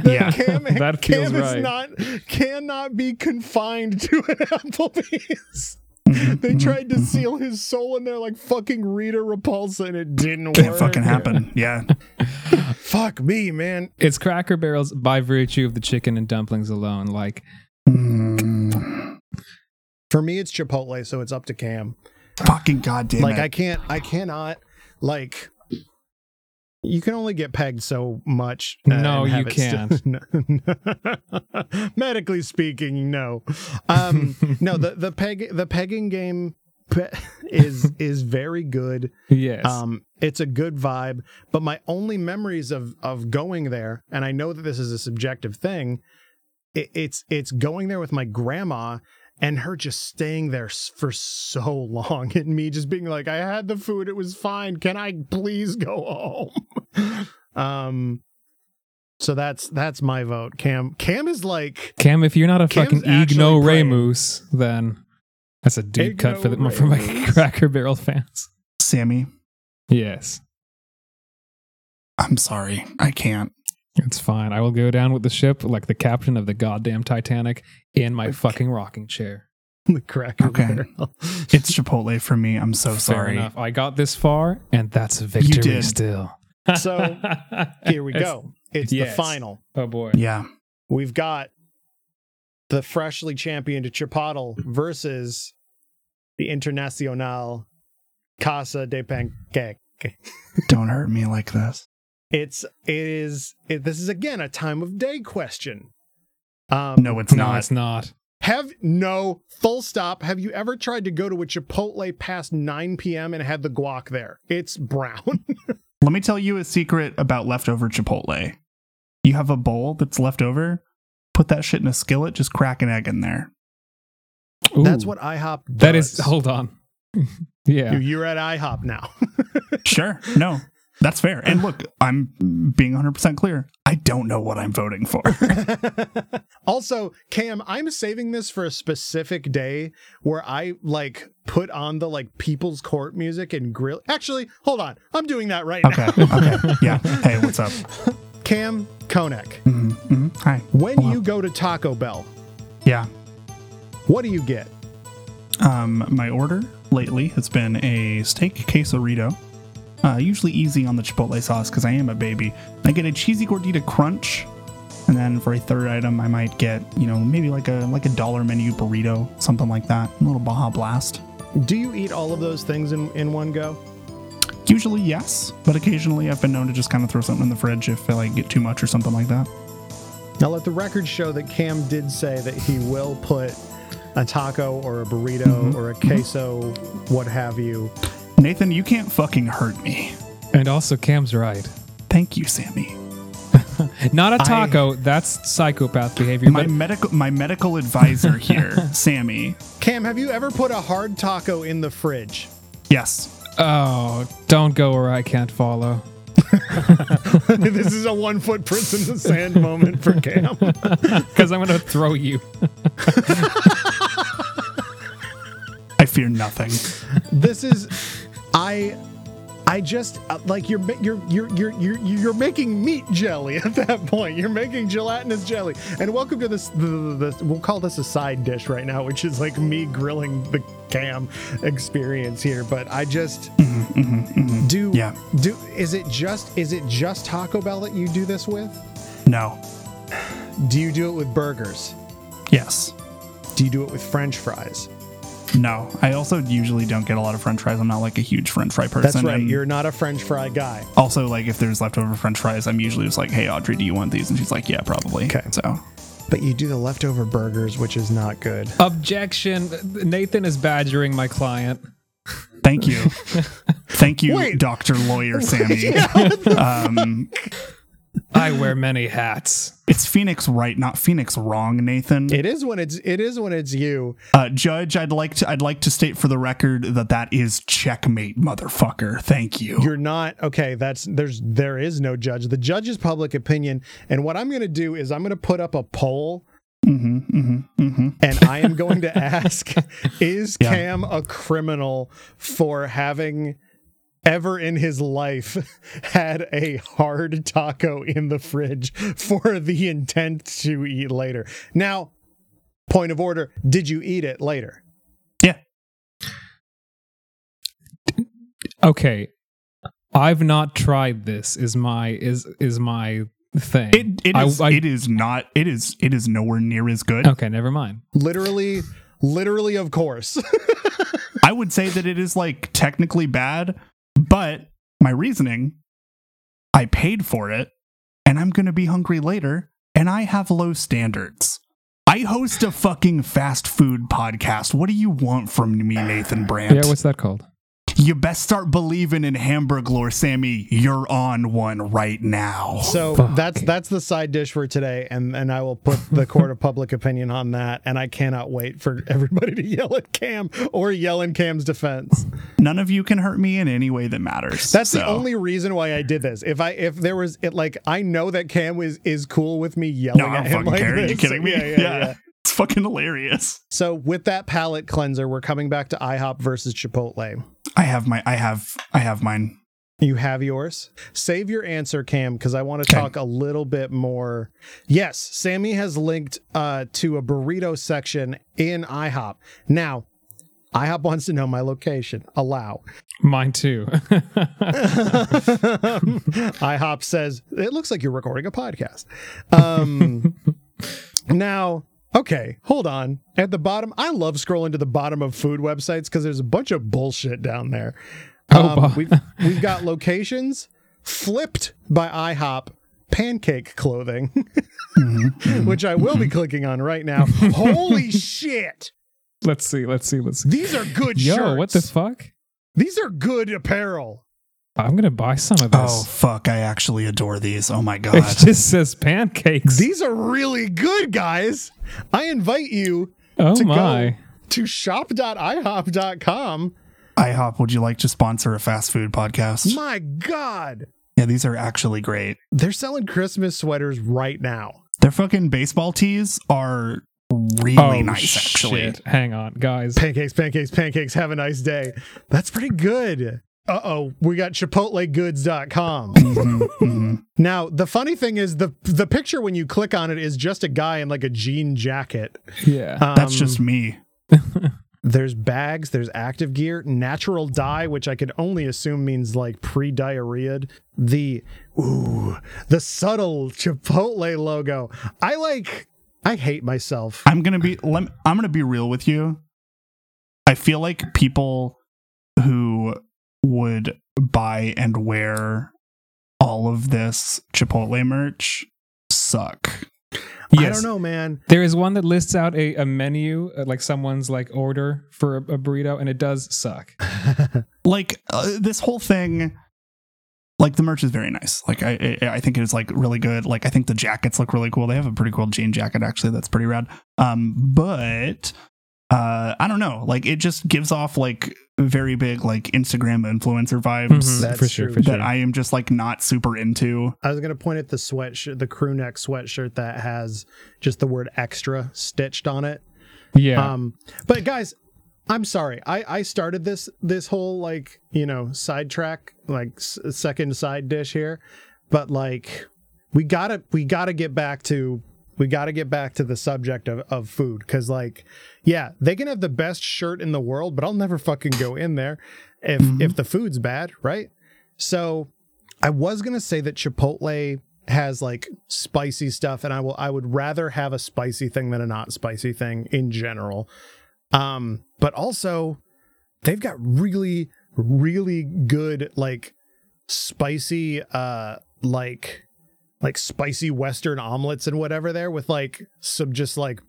That Yeah. Cam, That feels Cam is right. not cannot be confined to an Applebee's. They tried to seal his soul in there like fucking Rita Repulsa and it didn't Can't work. fucking happen. Yeah. Fuck me, man. It's Cracker Barrels by virtue of the chicken and dumplings alone. Like, Mm, For me it's Chipotle, so it's up to Cam. fucking goddamn like it. I can't I cannot like you can only get pegged so much. No, and have you it still- can't. No. Medically speaking, no. Um, no, the the peg the pegging game pe- is is very good. yes. Um, it's a good vibe, but my only memories of of going there, and I know that this is a subjective thing, it, it's it's going there with my grandma and her just staying there s- for so long, and me just being like, I had the food, it was fine. Can I please go home? um, so that's that's my vote. Cam Cam is like Cam, if you're not a Cam's fucking Igno actually Ramus, then that's a deep cut for, the, Igno for my Ramus. Cracker Barrel fans. Sammy, Yes. I'm sorry. I can't. It's fine. I will go down with the ship like the captain of the goddamn Titanic in my fucking rocking chair. the cracker Okay. barrel. It's Chipotle for me. I'm so Fair sorry. enough. I got this far, and that's a victory did. still. So, Here we go. It's the Yes. final. Oh boy. Yeah. we've got the freshly championed Chipotle versus the Internacional Casa de Panqueque. Don't hurt me like this. It's it is it, this is again a time of day question. Um, No, it's no, not. it's not. have no full stop. Have you ever tried to go to a Chipotle past 9 p.m. and had the guac there? It's brown. Let me tell you a secret about leftover Chipotle. You have a bowl that's left over, put that shit in a skillet, just crack an egg in there. Ooh, That's what IHOP. Does. That is. Hold on. yeah. Dude, you're at IHOP now. Sure. No, that's fair. And look, I'm being 100% clear. I don't know what I'm voting for. also, Cam, I'm saving this for a specific day where I like put on the like people's court music and grill. Actually, hold on. I'm doing that right Okay. Okay. Yeah. Hey, what's up? now. Cam Konek, Mhm, mhm. Hi. when Hello. you go to Taco Bell, Yeah. what do you get? Um, my order lately has been a steak quesarito. Uh, usually easy on the chipotle sauce because I am a baby. I get a cheesy gordita crunch, and then for a third item, I might get you know maybe like a like a dollar menu burrito, something like that. A little Baja Blast. Do you eat all of those things in, in one go? Usually yes, but occasionally I've been known to just kind of throw something in the fridge if I like get too much or something like that. Now, let the record show that Cam did say that he will put a taco or a burrito or a queso, what have you. Nathan, you can't fucking hurt me. And also, Cam's right. Thank you, Sammy. Not a taco. that's psychopath behavior. My But medical my medical advisor here, Sammy. Cam, have you ever put a hard taco in the fridge? Yes. oh, don't go where I can't follow. this is a one foot prince in the sand moment for Cam. Because I'm gonna throw you. I fear nothing. this is i i just uh, like you're ma- you're you're you're you're you're making meat jelly at that point you're making gelatinous jelly and welcome to this the, the, the- we'll call this a side dish right now which is like me grilling the cam experience here but i just do Yeah. do is it just is it just taco bell that you do this with No. do you do it with burgers Yes. do you do it with french fries No. I also usually don't get a lot of french fries. I'm not like a huge french fry person. that's right I'm- you're not a french fry guy also like if there's leftover french fries, I'm usually just like, "Hey Audrey, do you want these?" and she's like, "Yeah, probably." Okay. So, but you do the leftover burgers which is not good Objection. Nathan is badgering my client. thank you. thank you, Wait. Dr. Lawyer Sammy. um, I wear many hats. it's Phoenix right, not Phoenix wrong, Nathan. It is when it's it is when it's you. Uh, Judge, I'd like to I'd like to state for the record that that is checkmate, motherfucker. Thank you. You're not okay. That's there's there is no judge. The judge is public opinion. And what I'm going to do is I'm going to put up a poll, hmm hmm hmm and I am going to ask: Is Yeah. Cam a criminal for having? Ever in his life had a hard taco in the fridge for the intent to eat later. Now, point of order, did you eat it later? Yeah. Okay. I've not tried this. Is my is is my thing. It it I- is I- it is not it is it is nowhere near as good. okay, never mind. Literally, literally, of course. I would say that it is like technically bad, but my reasoning, I paid for it, and I'm gonna be hungry later, and I have low standards. I host a fucking fast food podcast. What do you want from me, Nathan Brandt? Yeah, what's that called? You best start believing in Hamburg lore, Sammy. You're on one right now. So Fuck. that's that's the side dish for today, and and I will put the court of public opinion on that. And I cannot wait for everybody to yell at Cam or yell in Cam's defense. None of you can hurt me in any way that matters. That's the So, only reason why I did this. If I if there was it like I know that Cam is is cool with me yelling No, I at don't him fucking like care. Are this. you kidding me? Yeah, yeah, yeah. It's fucking hilarious. So with that palate cleanser, we're coming back to IHOP versus Chipotle. I have my I have I have mine. You have yours. Save your answer, Cam, because I want to Okay. talk a little bit more. Yes, Sammy has linked uh, to a burrito section in IHOP. Now, IHOP wants to know my location. Allow. Mine too. IHOP says, it looks like you're recording a podcast. Um, now, okay, hold on. At the bottom, I love scrolling to the bottom of food websites because there's a bunch of bullshit down there. Um, Oh, boy. we've, we've got locations flipped by IHOP pancake clothing, Mm-hmm. which I will be clicking on right now. Holy shit! let's see. Let's see. Let's see. These are good Yo, shirts. what the fuck? These are good apparel. I'm gonna buy some of Oh this. fuck! I actually adore these. Oh my it god! just says pancakes. These are really good, guys. I invite you oh to my. go to shop.ihop.com. IHOP, would you like to sponsor a fast food podcast? My God. Yeah, these are actually great. They're selling Christmas sweaters right now. Their fucking baseball tees are really oh, nice. Actually, shit. Hang on, guys. Pancakes, pancakes, pancakes. Have a nice day. That's pretty good. Uh oh, we got chipotlegoods.com. Mhm, mhm. now, the funny thing is the the picture when you click on it is just a guy in like a jean jacket. Yeah. Um, that's just me. There's bags, there's active gear, natural dye, which I could only assume means like pre diarrhea The ooh, the subtle Chipotle logo. I like. I hate myself. I'm gonna be let me- I'm gonna be real with you. I feel like people who would buy and wear all of this Chipotle merch suck. I don't know, man. There is one that lists out a, a menu, uh, like someone's like order for a, a burrito, and it does suck. Like uh, this whole thing. Like the merch is very nice. Like I, I I think it is like really good. Like I think the jackets look really cool. They have a pretty cool jean jacket actually. That's pretty rad. Um, but uh, I don't know. Like it just gives off like very big like Instagram influencer vibes. Mhm, That's for sure, true. for sure. Mm-hmm. that I am just like not super into. I was gonna point at the sweatshirt, the crew neck sweatshirt that has just the word "extra" stitched on it. yeah. Um, but guys, I'm sorry. I I started this this whole like you know sidetrack like s- second side dish here, but like we gotta we gotta get back to we gotta get back to the subject of of food because like yeah they can have the best shirt in the world, but I'll never fucking go in there if Mhm. if the food's bad, right? So I was gonna say that Chipotle has like spicy stuff, and I will I would rather have a spicy thing than a not spicy thing in general. Um, but also they've got really, really good like spicy uh like like spicy western omelets and whatever there with like some just like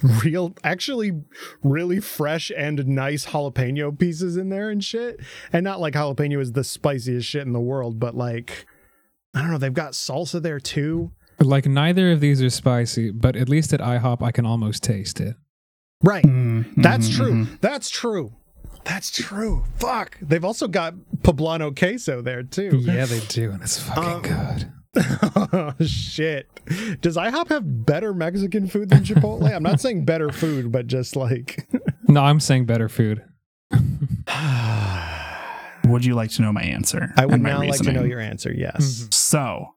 real actually really fresh and nice jalapeno pieces in there and shit and not like jalapeno is the spiciest shit in the world but like i don't know they've got salsa there too like neither of these are spicy, but at least at IHOP I can almost taste it. right Mm-hmm, That's Mhm, true. mhm. That's true. That's true. Fuck. They've also got poblano queso there too. Yeah, they do, and it's fucking Um, good. oh shit. Does IHOP have better Mexican food than Chipotle? I'm not saying better food, but just like No, I'm saying better food. I Would you like to know my answer? would and my now like to reasoning? know your answer. Yes. So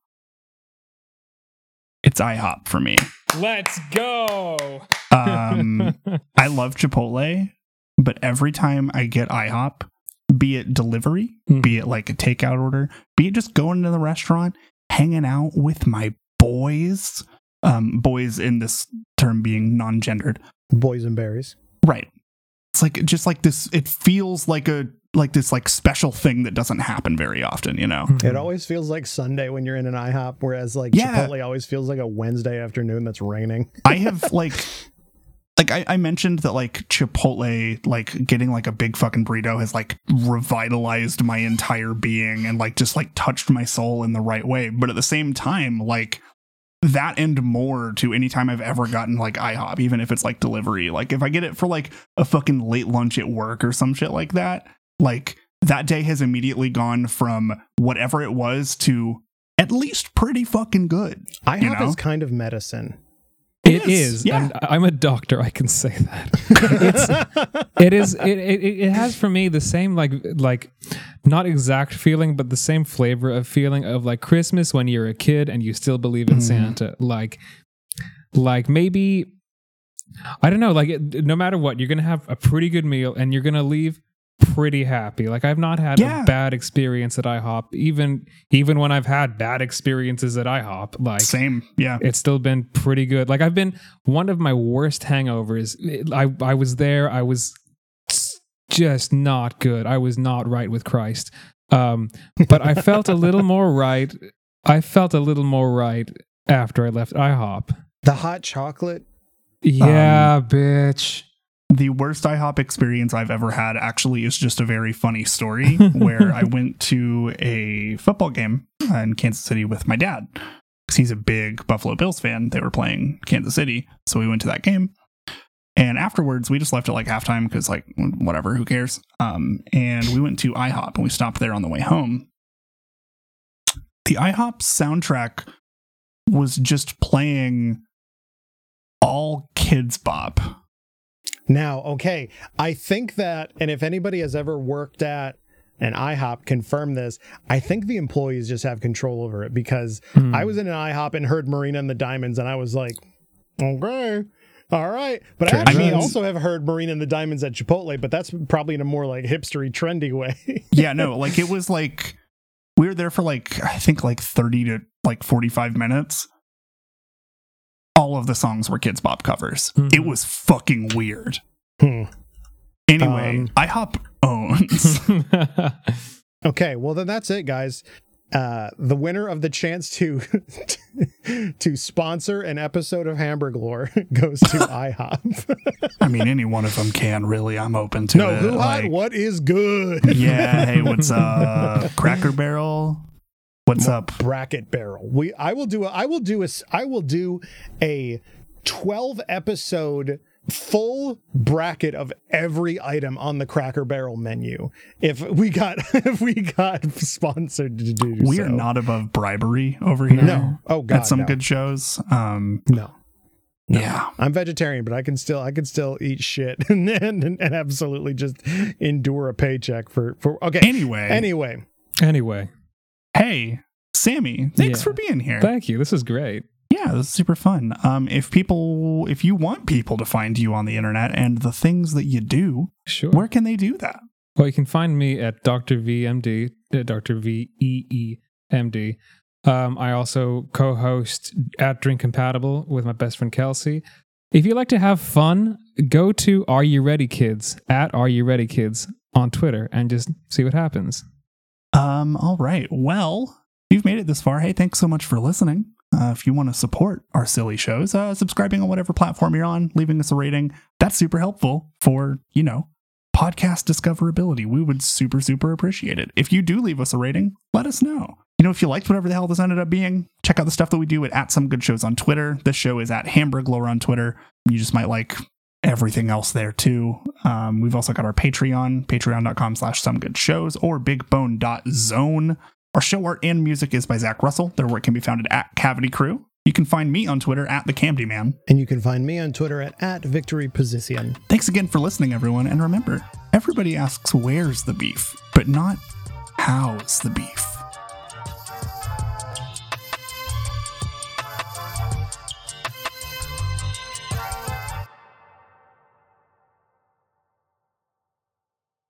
it's IHOP for me. Let's go. Um, I love Chipotle, but every time I get IHOP, be it delivery, Mhm. be it like a takeout order, be it just going to the restaurant, hanging out with my boys, um, boys in this term being non gendered, Mm-hmm. Boys and berries. Right. It's like just like this it feels like a like this like special thing that doesn't happen very often, you know. It always feels like Sunday when you're in an IHOP, whereas like Yeah. Chipotle always feels like a Wednesday afternoon that's raining. I have like like I, I mentioned that like Chipotle like getting like a big fucking burrito has like revitalized my entire being and like just like touched my soul in the right way. But at the same time, like that and more to any time I've ever gotten like IHOP, even if it's like delivery. Like if I get it for like a fucking late lunch at work or some shit like that, like that day has immediately gone from whatever it was to at least pretty fucking good. IHOP You know? is kind of medicine. It is. Yeah. And I'm a doctor. I can say that. It's- it is. It, it it has for me the same like like not exact feeling, but the same flavor of feeling of like Christmas when you're a kid and you still believe in Mhm. Santa. Like like maybe I don't know. Like it, no matter what, you're gonna have a pretty good meal and you're gonna leave pretty happy. Like I've not had Yeah. a bad experience at IHOP. Even even when I've had bad experiences at IHOP, like Same. Yeah. it's still been pretty good. Like I've been one of my worst hangovers. I I was there. I was just not good. I was not right with Christ. Um, but I felt a little more right. I felt a little more right after I left IHOP. the hot chocolate. Yeah, bitch. the worst IHOP experience I've ever had actually is just a very funny story where I went to a football game in Kansas City with my dad because he's a big Buffalo Bills fan. They were playing Kansas City, so we went to that game. And afterwards, we just left at like halftime because like whatever, who cares? Um, and we went to IHOP and we stopped there on the way home. The IHOP soundtrack was just playing all kids bop. Now, okay, I think that, and if anybody has ever worked at an IHOP, confirm this. I think the employees just have control over Hmm. it because I was in an IHOP and heard Marina and the Diamonds, and I was like, okay. All right, but I Trans- actually Trans- also have heard Marine and the Diamonds at Chipotle, but that's probably in a more like hipstery, trendy way. yeah no like it was like we were there for like i think like 30 to like 45 minutes all of the songs were kids bop covers Mhm. it was fucking weird Hmm. anyway Um, ihop owns Okay, well then that's it, guys. Uh, the winner of the chance to to sponsor an episode of Hamburg Lore goes to IHOP. i mean any one of them can really i'm open to no, it who hot? Uh, like- What is good? yeah hey what's up cracker barrel what's up Bracket barrel. We I will do a I will do a s- I will do a twelve episode full bracket of every item on the Cracker Barrel menu. If we got if we got sponsored to do, we are so. not above bribery over here No. Oh God. at some no. good shows um No. yeah I'm vegetarian, but I can still I can still eat shit and and, and absolutely just endure a paycheck for for okay. anyway Anyway, anyway, hey sammy thanks Yeah. for being here thank you. This is great. Yeah, that's super fun. Um, if people, if you want people to find you on the internet and the things that you do, Sure. where can they do that? Well, you can find me at Dr. VMD, uh, Dr. VEEMD. E Um, I also co host at Drink Compatible with my best friend Kelsey. If you like to have fun, go to Are You Ready Kids at Are You Ready Kids on Twitter and just see what happens. Um, all right. Well, you've made it this far. Hey, thanks so much for listening. Uh, if you want to support our silly shows, uh, subscribing on whatever platform you're on, leaving us a rating, that's super helpful for, you know, podcast discoverability. We would super, super appreciate it. If you do leave us a rating, let us know. You know, if you liked whatever the hell this ended up being, check out the stuff that we do at, at Some Good Shows on Twitter. This show is at Hamburg Lore on Twitter. You just might like everything else there too. Um, we've also got our Patreon, patreon.com slash some good shows or bigbone.zone. Our show art and music is by Zach Russell. Their work can be found at Cavity Crew. You can find me on Twitter at the Camdy Man. and you can find me on Twitter at, at Victory Position. Thanks again for listening, everyone. And remember, everybody asks where's the beef, but not how's the beef.